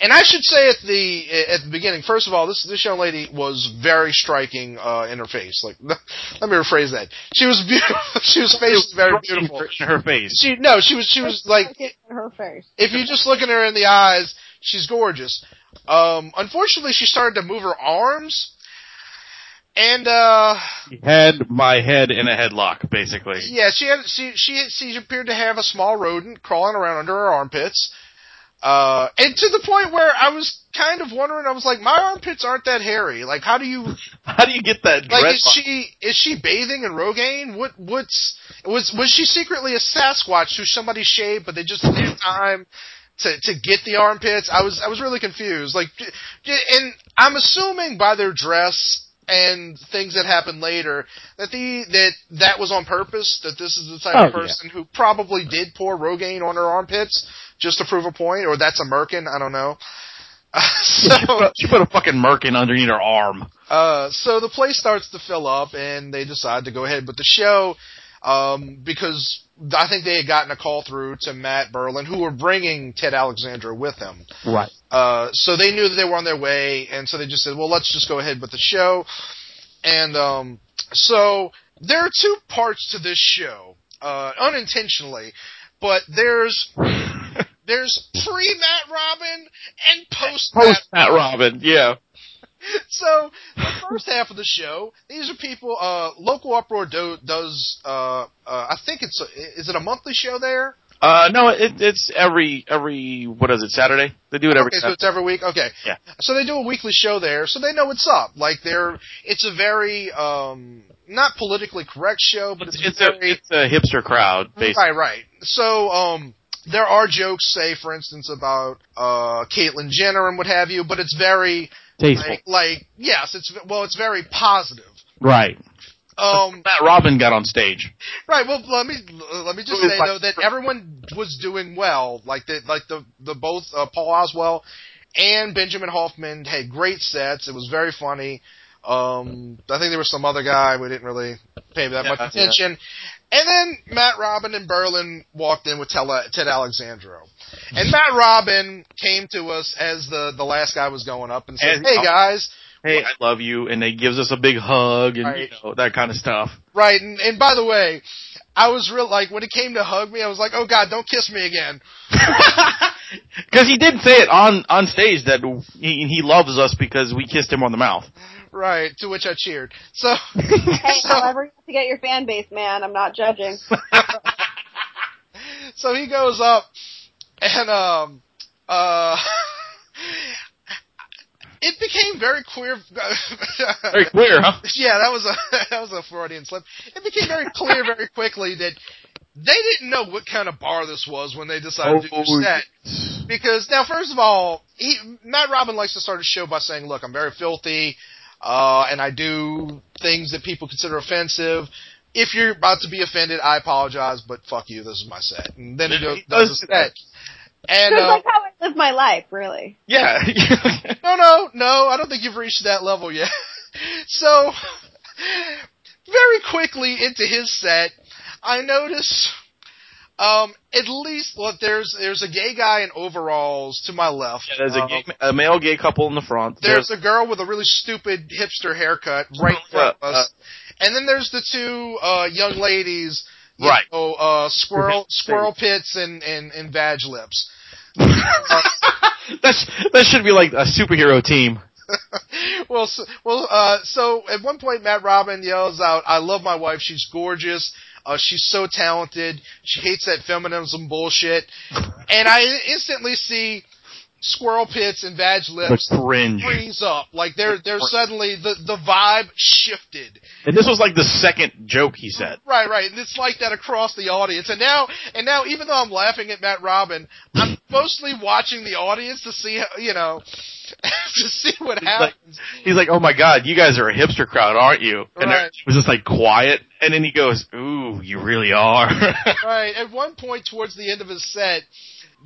S4: And I should say at the at the beginning, first of all, this this young lady was very striking uh, in her face. Like, let me rephrase that. She was beautiful. she was face very beautiful.
S3: in her face.
S4: She no, she was she was like
S2: her first.
S4: if you just look at her in the eyes, she's gorgeous. Um, unfortunately, she started to move her arms, and uh,
S3: She had my head in a headlock, basically.
S4: yeah, she had she she she appeared to have a small rodent crawling around under her armpits. Uh, and to the point where I was kind of wondering, I was like, my armpits aren't that hairy. Like, how do you
S3: How do you get that
S4: like?
S3: dreadlock?
S4: Is she is she bathing in Rogaine? What what's was was she secretly a Sasquatch who somebody shaved, but they just didn't have time to to get the armpits? I was I was really confused. Like, j- j- and I'm assuming by their dress and things that happened later that the that that was on purpose. That this is the type
S5: Oh,
S4: of person who probably did pour Rogaine on her armpits just to prove a point, or that's a merkin. I don't know.
S3: She
S4: so
S3: put, she put a fucking merkin underneath her arm.
S4: uh, so the place starts to fill up, and they decide to go ahead with the show um, because I think they had gotten a call through to Matt Berlin, who were bringing Ted Alexander with them.
S5: Right.
S4: Uh, so they knew that they were on their way, and so they just said, "Well, let's just go ahead with the show." And um, so there are two parts to this show, uh, unintentionally, but there's there's pre Matt Robin and post Matt
S3: Post Matt Robin, yeah.
S4: so the first half of the show, these are people. Uh, local uproar do, does. Uh, uh, I think it's. A, is it a monthly show there?
S3: Uh, no, it, it's every every what is it Saturday? They do it every
S4: okay, so
S3: Saturday.
S4: it's every week. Okay,
S3: Yeah.
S4: So they do a weekly show there, so they know what's up. Like they're. It's a very um, not politically correct show, but
S3: It's,
S4: it's,
S3: it's a
S4: very
S3: it's a hipster crowd, basically.
S4: Right, right. So, um, there are jokes, say, for instance, about uh, Caitlyn Jenner and what have you, but it's very
S3: Tasteful,
S4: like, like yes, it's well, it's very positive.
S3: right?
S4: Um,
S3: Matt Robin got on stage.
S4: Right. Well, let me let me just
S3: It was
S4: say
S3: like-
S4: though that everyone was doing well. Like the like the the both uh, Paul Oswell and Benjamin Hoffman had great sets. It was very funny. Um, I think there was some other guy we didn't really pay that
S3: Yeah,
S4: much
S3: yeah.
S4: attention. And then Matt Robin and Berlin walked in with Tele- Ted Alexandro, and Matt Robin came to us as the the last guy was going up and said,
S3: And-
S4: "Hey guys,
S3: Hey, I love you, and they gives us a big hug and
S4: Right.
S3: you know that kind of stuff.
S4: Right, and, and by the way, I was real like when it came to hug me, I was like, "Oh God, don't kiss me again."
S3: Because he did say it on on stage that he, he loves us because we kissed him on the mouth.
S4: Right, to which I cheered. So,
S2: Hey,
S4: So-
S2: however you have to get your fan base, man. I'm not judging.
S4: so he goes up, and um, uh, it became very queer.
S3: Very queer, huh?
S4: yeah, that was a that was a Freudian slip. It became very clear very quickly that They didn't know what kind of bar this was when they decided to do that. Because now, first of all, he, Matt Robin likes to start his show by saying, "Look, I'm very filthy, uh, and I do things that people consider offensive. If you're about to be offended, I apologize, but fuck you. This is my set." And then he goes, does his set, and
S2: Just
S4: uh,
S2: like how I live my life, really.
S3: yeah.
S4: no, no, no, I don't think you've reached that level yet. so, very quickly into his set, I notice, um, at least look, there's there's a gay guy in overalls to my left.
S3: Yeah, there's a,
S4: Um,
S3: gay, a male gay couple in the front.
S4: there's a girl with a really stupid hipster haircut right in front of us, and then there's the two uh, young ladies, you
S3: Right.
S4: Know, uh, squirrel squirrel pits and and and vag lips.
S3: that's that should be like a superhero team.
S4: well, so, well, uh, so at one point, Matt Robin yells out, "I love my wife. She's gorgeous. Uh, she's so talented. She hates that feminism bullshit." and I instantly see squirrel pits and vag
S3: The
S4: lips
S3: cringe.
S4: freeze up. Like they're they're suddenly the the vibe shifted.
S3: And this was like the second joke he said.
S4: Right, right. And it's like that across the audience. And now, and now, even though I'm laughing at Matt Robin, I'm mostly watching the audience to see, how, you know, to see what
S3: like-
S4: happens.
S3: He's like, "Oh my god, you guys are a hipster crowd, aren't you?" And
S4: Right.
S3: it was just like quiet. And then he goes, "Ooh, you really are."
S4: Right. At one point towards the end of his set,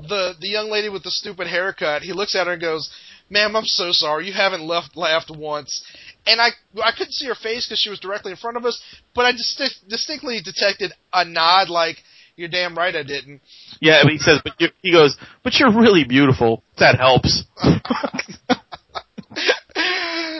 S4: the the young lady with the stupid haircut, he looks at her and goes, "Ma'am, I'm so sorry. You haven't left laughed once." And I I couldn't see her face because she was directly in front of us, but I just distinctly detected a nod like, "You're damn right I didn't."
S3: yeah, but he says, "But you, he goes, but you're really beautiful. That helps."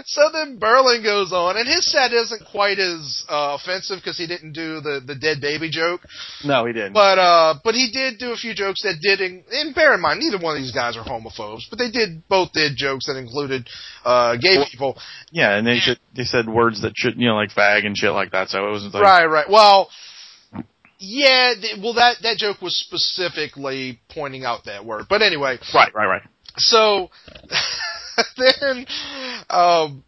S4: so then Berlin goes on, and his set isn't quite as uh, offensive because he didn't do the the dead baby joke.
S3: no, he didn't.
S4: But uh, but he did do a few jokes that did, in, and bear in mind, neither one of these guys are homophobes, but they did both did jokes that included uh, gay people.
S3: yeah, and they should, they said words that should, you know, like fag and shit like that. So it wasn't like
S4: right, right. Well, yeah. Th- well, that that joke was specifically pointing out that word. But anyway,
S3: right, right, right.
S4: so then, um,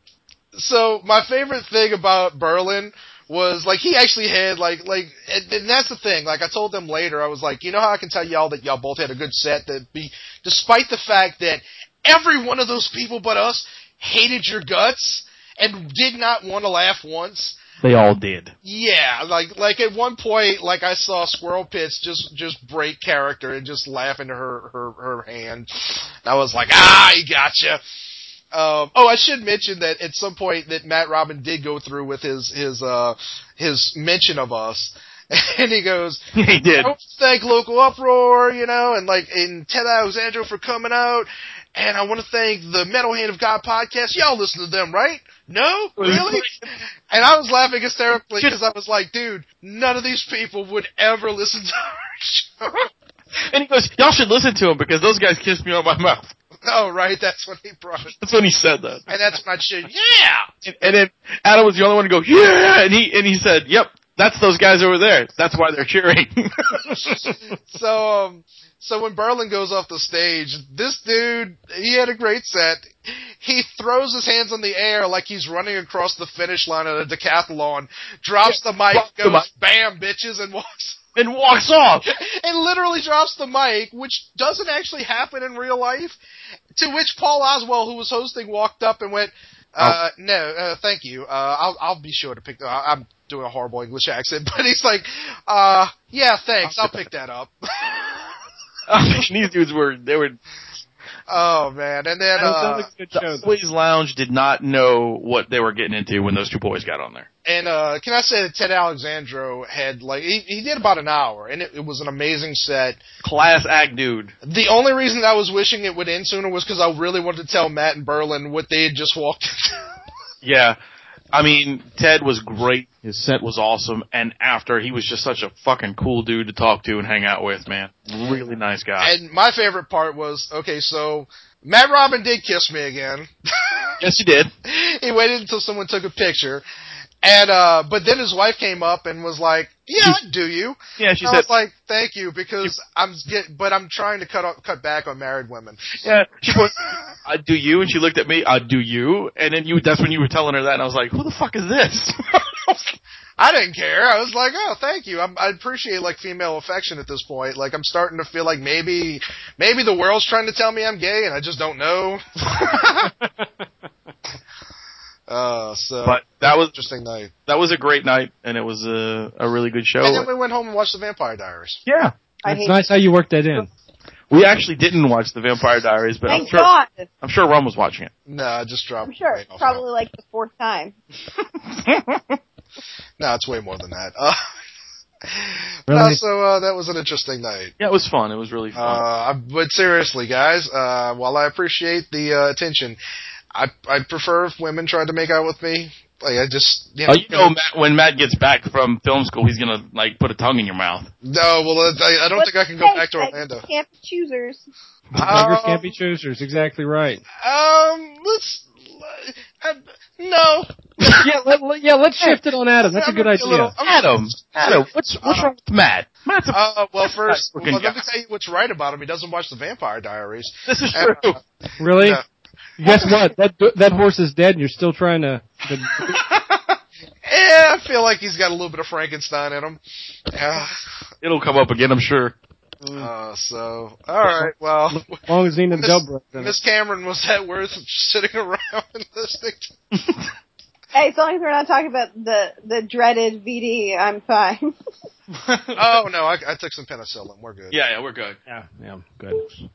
S4: so my favorite thing about Berlin was like he actually had like like and, and that's the thing. Like I told them later, I was like, you know how I can tell y'all that y'all both had a good set that be despite the fact that every one of those people but us hated your guts and did not want to laugh once.
S3: They all did.
S4: Yeah, like like at one point, like I saw Squirrel Pits just just break character and just laugh into her her her hand. And I was like, ah, he gotcha. Um, oh, I should mention that at some point that Matt Robin did go through with his his uh his mention of us, and he goes,
S3: he did.
S4: don't thank local uproar, you know, and like and Ted Alexandro for coming out. And I want to thank the Metal Hand of God podcast. Y'all listen to them, right? No, really? And I was laughing hysterically because I was like, dude, none of these people would ever listen to our show.
S3: And he goes, "Y'all should listen to him because those guys kissed me on my mouth."
S4: no, Oh, right? That's what he brought.
S3: That's when he said that.
S4: And that's when I should, yeah,
S3: And, and then Adam was the only one to go, "Yeah!" And he and he said, "Yep, that's those guys over there. That's why they're cheering."
S4: so um so when Berlin goes off the stage, this dude he had a great set. He throws his hands in the air like he's running across the finish line at a decathlon, drops the mic,
S3: drops the
S4: goes
S3: mic.
S4: bam, bitches, and walks
S3: and walks off.
S4: and literally drops the mic, which doesn't actually happen in real life. To which Paul Oswell, who was hosting, walked up and went, uh, "No, uh, thank you. Uh, I'll I'll be sure to pick. Uh, I'm doing a horrible English accent, but he's like, uh, yeah, thanks. I'll pick that up."
S3: And these dudes were they were
S4: oh man, and then uh,
S5: sounds like a good
S3: the
S5: show.
S3: boys lounge did not know what they were getting into when those two boys got on there.
S4: and uh, can I say that Ted Alexandro had like he, he did about an hour, and it, it was an amazing set.
S3: Class act dude.
S4: The only reason I was wishing it would end sooner was because I really wanted to tell Matt and Berlin what they had just walked into.
S3: Yeah. I mean, Ted was great. His scent was awesome, and after he was just such a fucking cool dude to talk to and hang out with, man. Really nice guy.
S4: And my favorite part was okay, so Matt Robin did kiss me again.
S3: yes, he did.
S4: he waited until someone took a picture. And uh but then his wife came up and was like, "Yeah, I do you?"
S3: Yeah, she
S4: And I
S3: said.
S4: was like, "Thank you because I'm get but I'm trying to cut off, cut back on married women."
S3: Yeah, she goes, I do you, and she looked at me, I do you, and then you, that's when you were telling her that, and I was like, who the fuck is this?
S4: I didn't care. I was like, oh, thank you. I'm, I appreciate like female affection at this point. Like I'm starting to feel like maybe maybe the world's trying to tell me I'm gay and I just don't know. uh, so
S3: But that was
S4: interesting night.
S3: that was a great night, and it was a a really good show.
S4: And then we went home and watched The Vampire Diaries.
S3: yeah,
S2: I
S5: It's
S2: hate
S5: nice how you worked that in.
S3: we actually didn't watch The Vampire Diaries, but I'm
S2: Thank
S3: sure
S2: God.
S3: I'm sure Ron was watching it.
S4: No, I just dropped.
S2: I'm sure.
S4: right off
S2: Probably like the fourth time.
S4: No, it's way more than that. Uh,
S5: Really?
S4: no, so uh, that was an interesting night.
S3: Yeah, it was fun. It was really fun.
S4: Uh, I- but seriously, guys, uh, while I appreciate the uh, attention, I I prefer if women tried to make out with me. Like I just you know,
S3: Oh, you know, Matt, when Matt gets back from film school, he's gonna like put a tongue in your mouth.
S4: no. Well, I, I don't think I can go back to Orlando.
S2: Orlando. Can't be choosers.
S5: Beggars
S4: Um,
S5: can't be choosers. Exactly right.
S4: um, let's. Uh, no,
S5: yeah, let, let- yeah. Let's shift it on Adam. That's a
S4: I'm
S5: good
S4: gonna be
S5: idea.
S4: a little- I'm gonna-
S3: Adam, Adam, what's what's wrong with Matt? Matt's a,
S4: Uh, well, first,
S3: Fucking
S4: well, let me
S3: guy.
S4: tell you what's right about him. He doesn't watch The Vampire Diaries.
S3: this is
S4: uh,
S3: true.
S5: really?
S4: no.
S5: Guess what? That that horse is dead, and you're still trying to. to
S4: Eh, I feel like he's got a little bit of Frankenstein in him.
S3: Mm.
S4: Yeah.
S3: It'll come up again, I'm sure.
S4: Uh, so, all right. Well,
S5: as long as Nina
S4: Miss-
S5: Dobrev. in it.
S4: Miss Cameron, was that worth sitting around and listening? To?
S2: Hey, as long as we're not talking about the the dreaded VD, I'm fine.
S4: Oh no, I, I took some penicillin. We're good.
S3: Yeah, yeah, we're good.
S5: Yeah, yeah, good.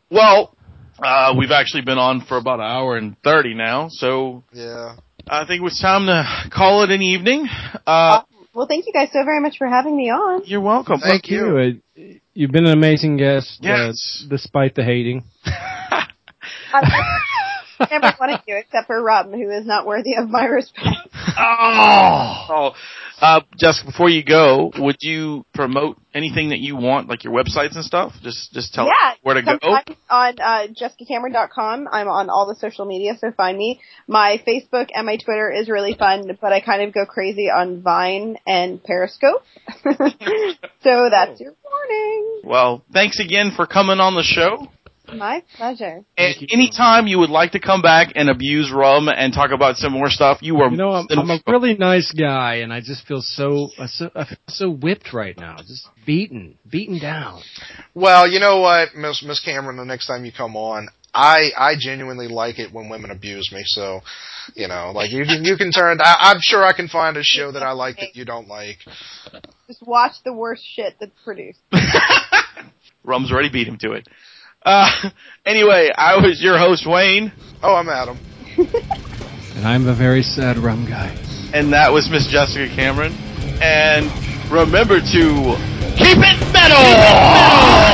S3: Well, uh, we've actually been on for about an hour and thirty now, so
S4: Yeah.
S3: I think it's time to call it an evening. Uh,
S2: well, thank you guys so very much for having me on.
S3: you're welcome.
S4: Thank
S5: Thank you. Uh, You've been an amazing guest. uh,
S3: Yes.
S5: despite the hating.
S2: I never wanted you except for Rob, who is not worthy of my respect.
S3: Oh, uh, just before you go, would you promote anything that you want, like your websites and stuff? Just, just tell
S2: yeah,
S3: us where to go.
S2: sometime on uh, jessicacameron.com. I'm on all the social media, so find me. My Facebook and my Twitter is really fun, but I kind of go crazy on Vine and Periscope. so
S3: Oh.
S2: that's your warning.
S3: Well, thanks again for coming on the show.
S2: My pleasure.
S3: And
S5: Thank you.
S3: anytime you would like to come back and abuse rum and talk about some more stuff, you are
S5: You know, I'm,
S3: more than
S5: I'm a
S3: welcome.
S5: really nice guy, and I just feel so I so, I feel so whipped right now, just beaten, beaten down.
S4: Well, you know what, Miss Miss Cameron, the next time you come on, I I genuinely like it when women abuse me. So, you know, like you can you can turn. I, I'm sure I can find a show that I like that you don't like.
S2: Just watch the worst shit that's produced.
S3: Rum's already beat him to it. Uh, anyway, I was your host Wayne,
S4: Oh, I'm Adam.
S5: And I'm a very sad rum guy.
S3: and that was Miss Jessica Cameron. And remember to keep it metal.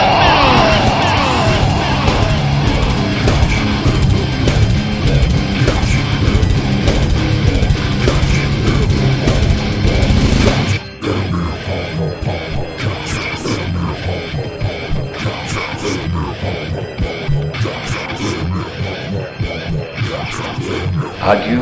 S6: Adieu,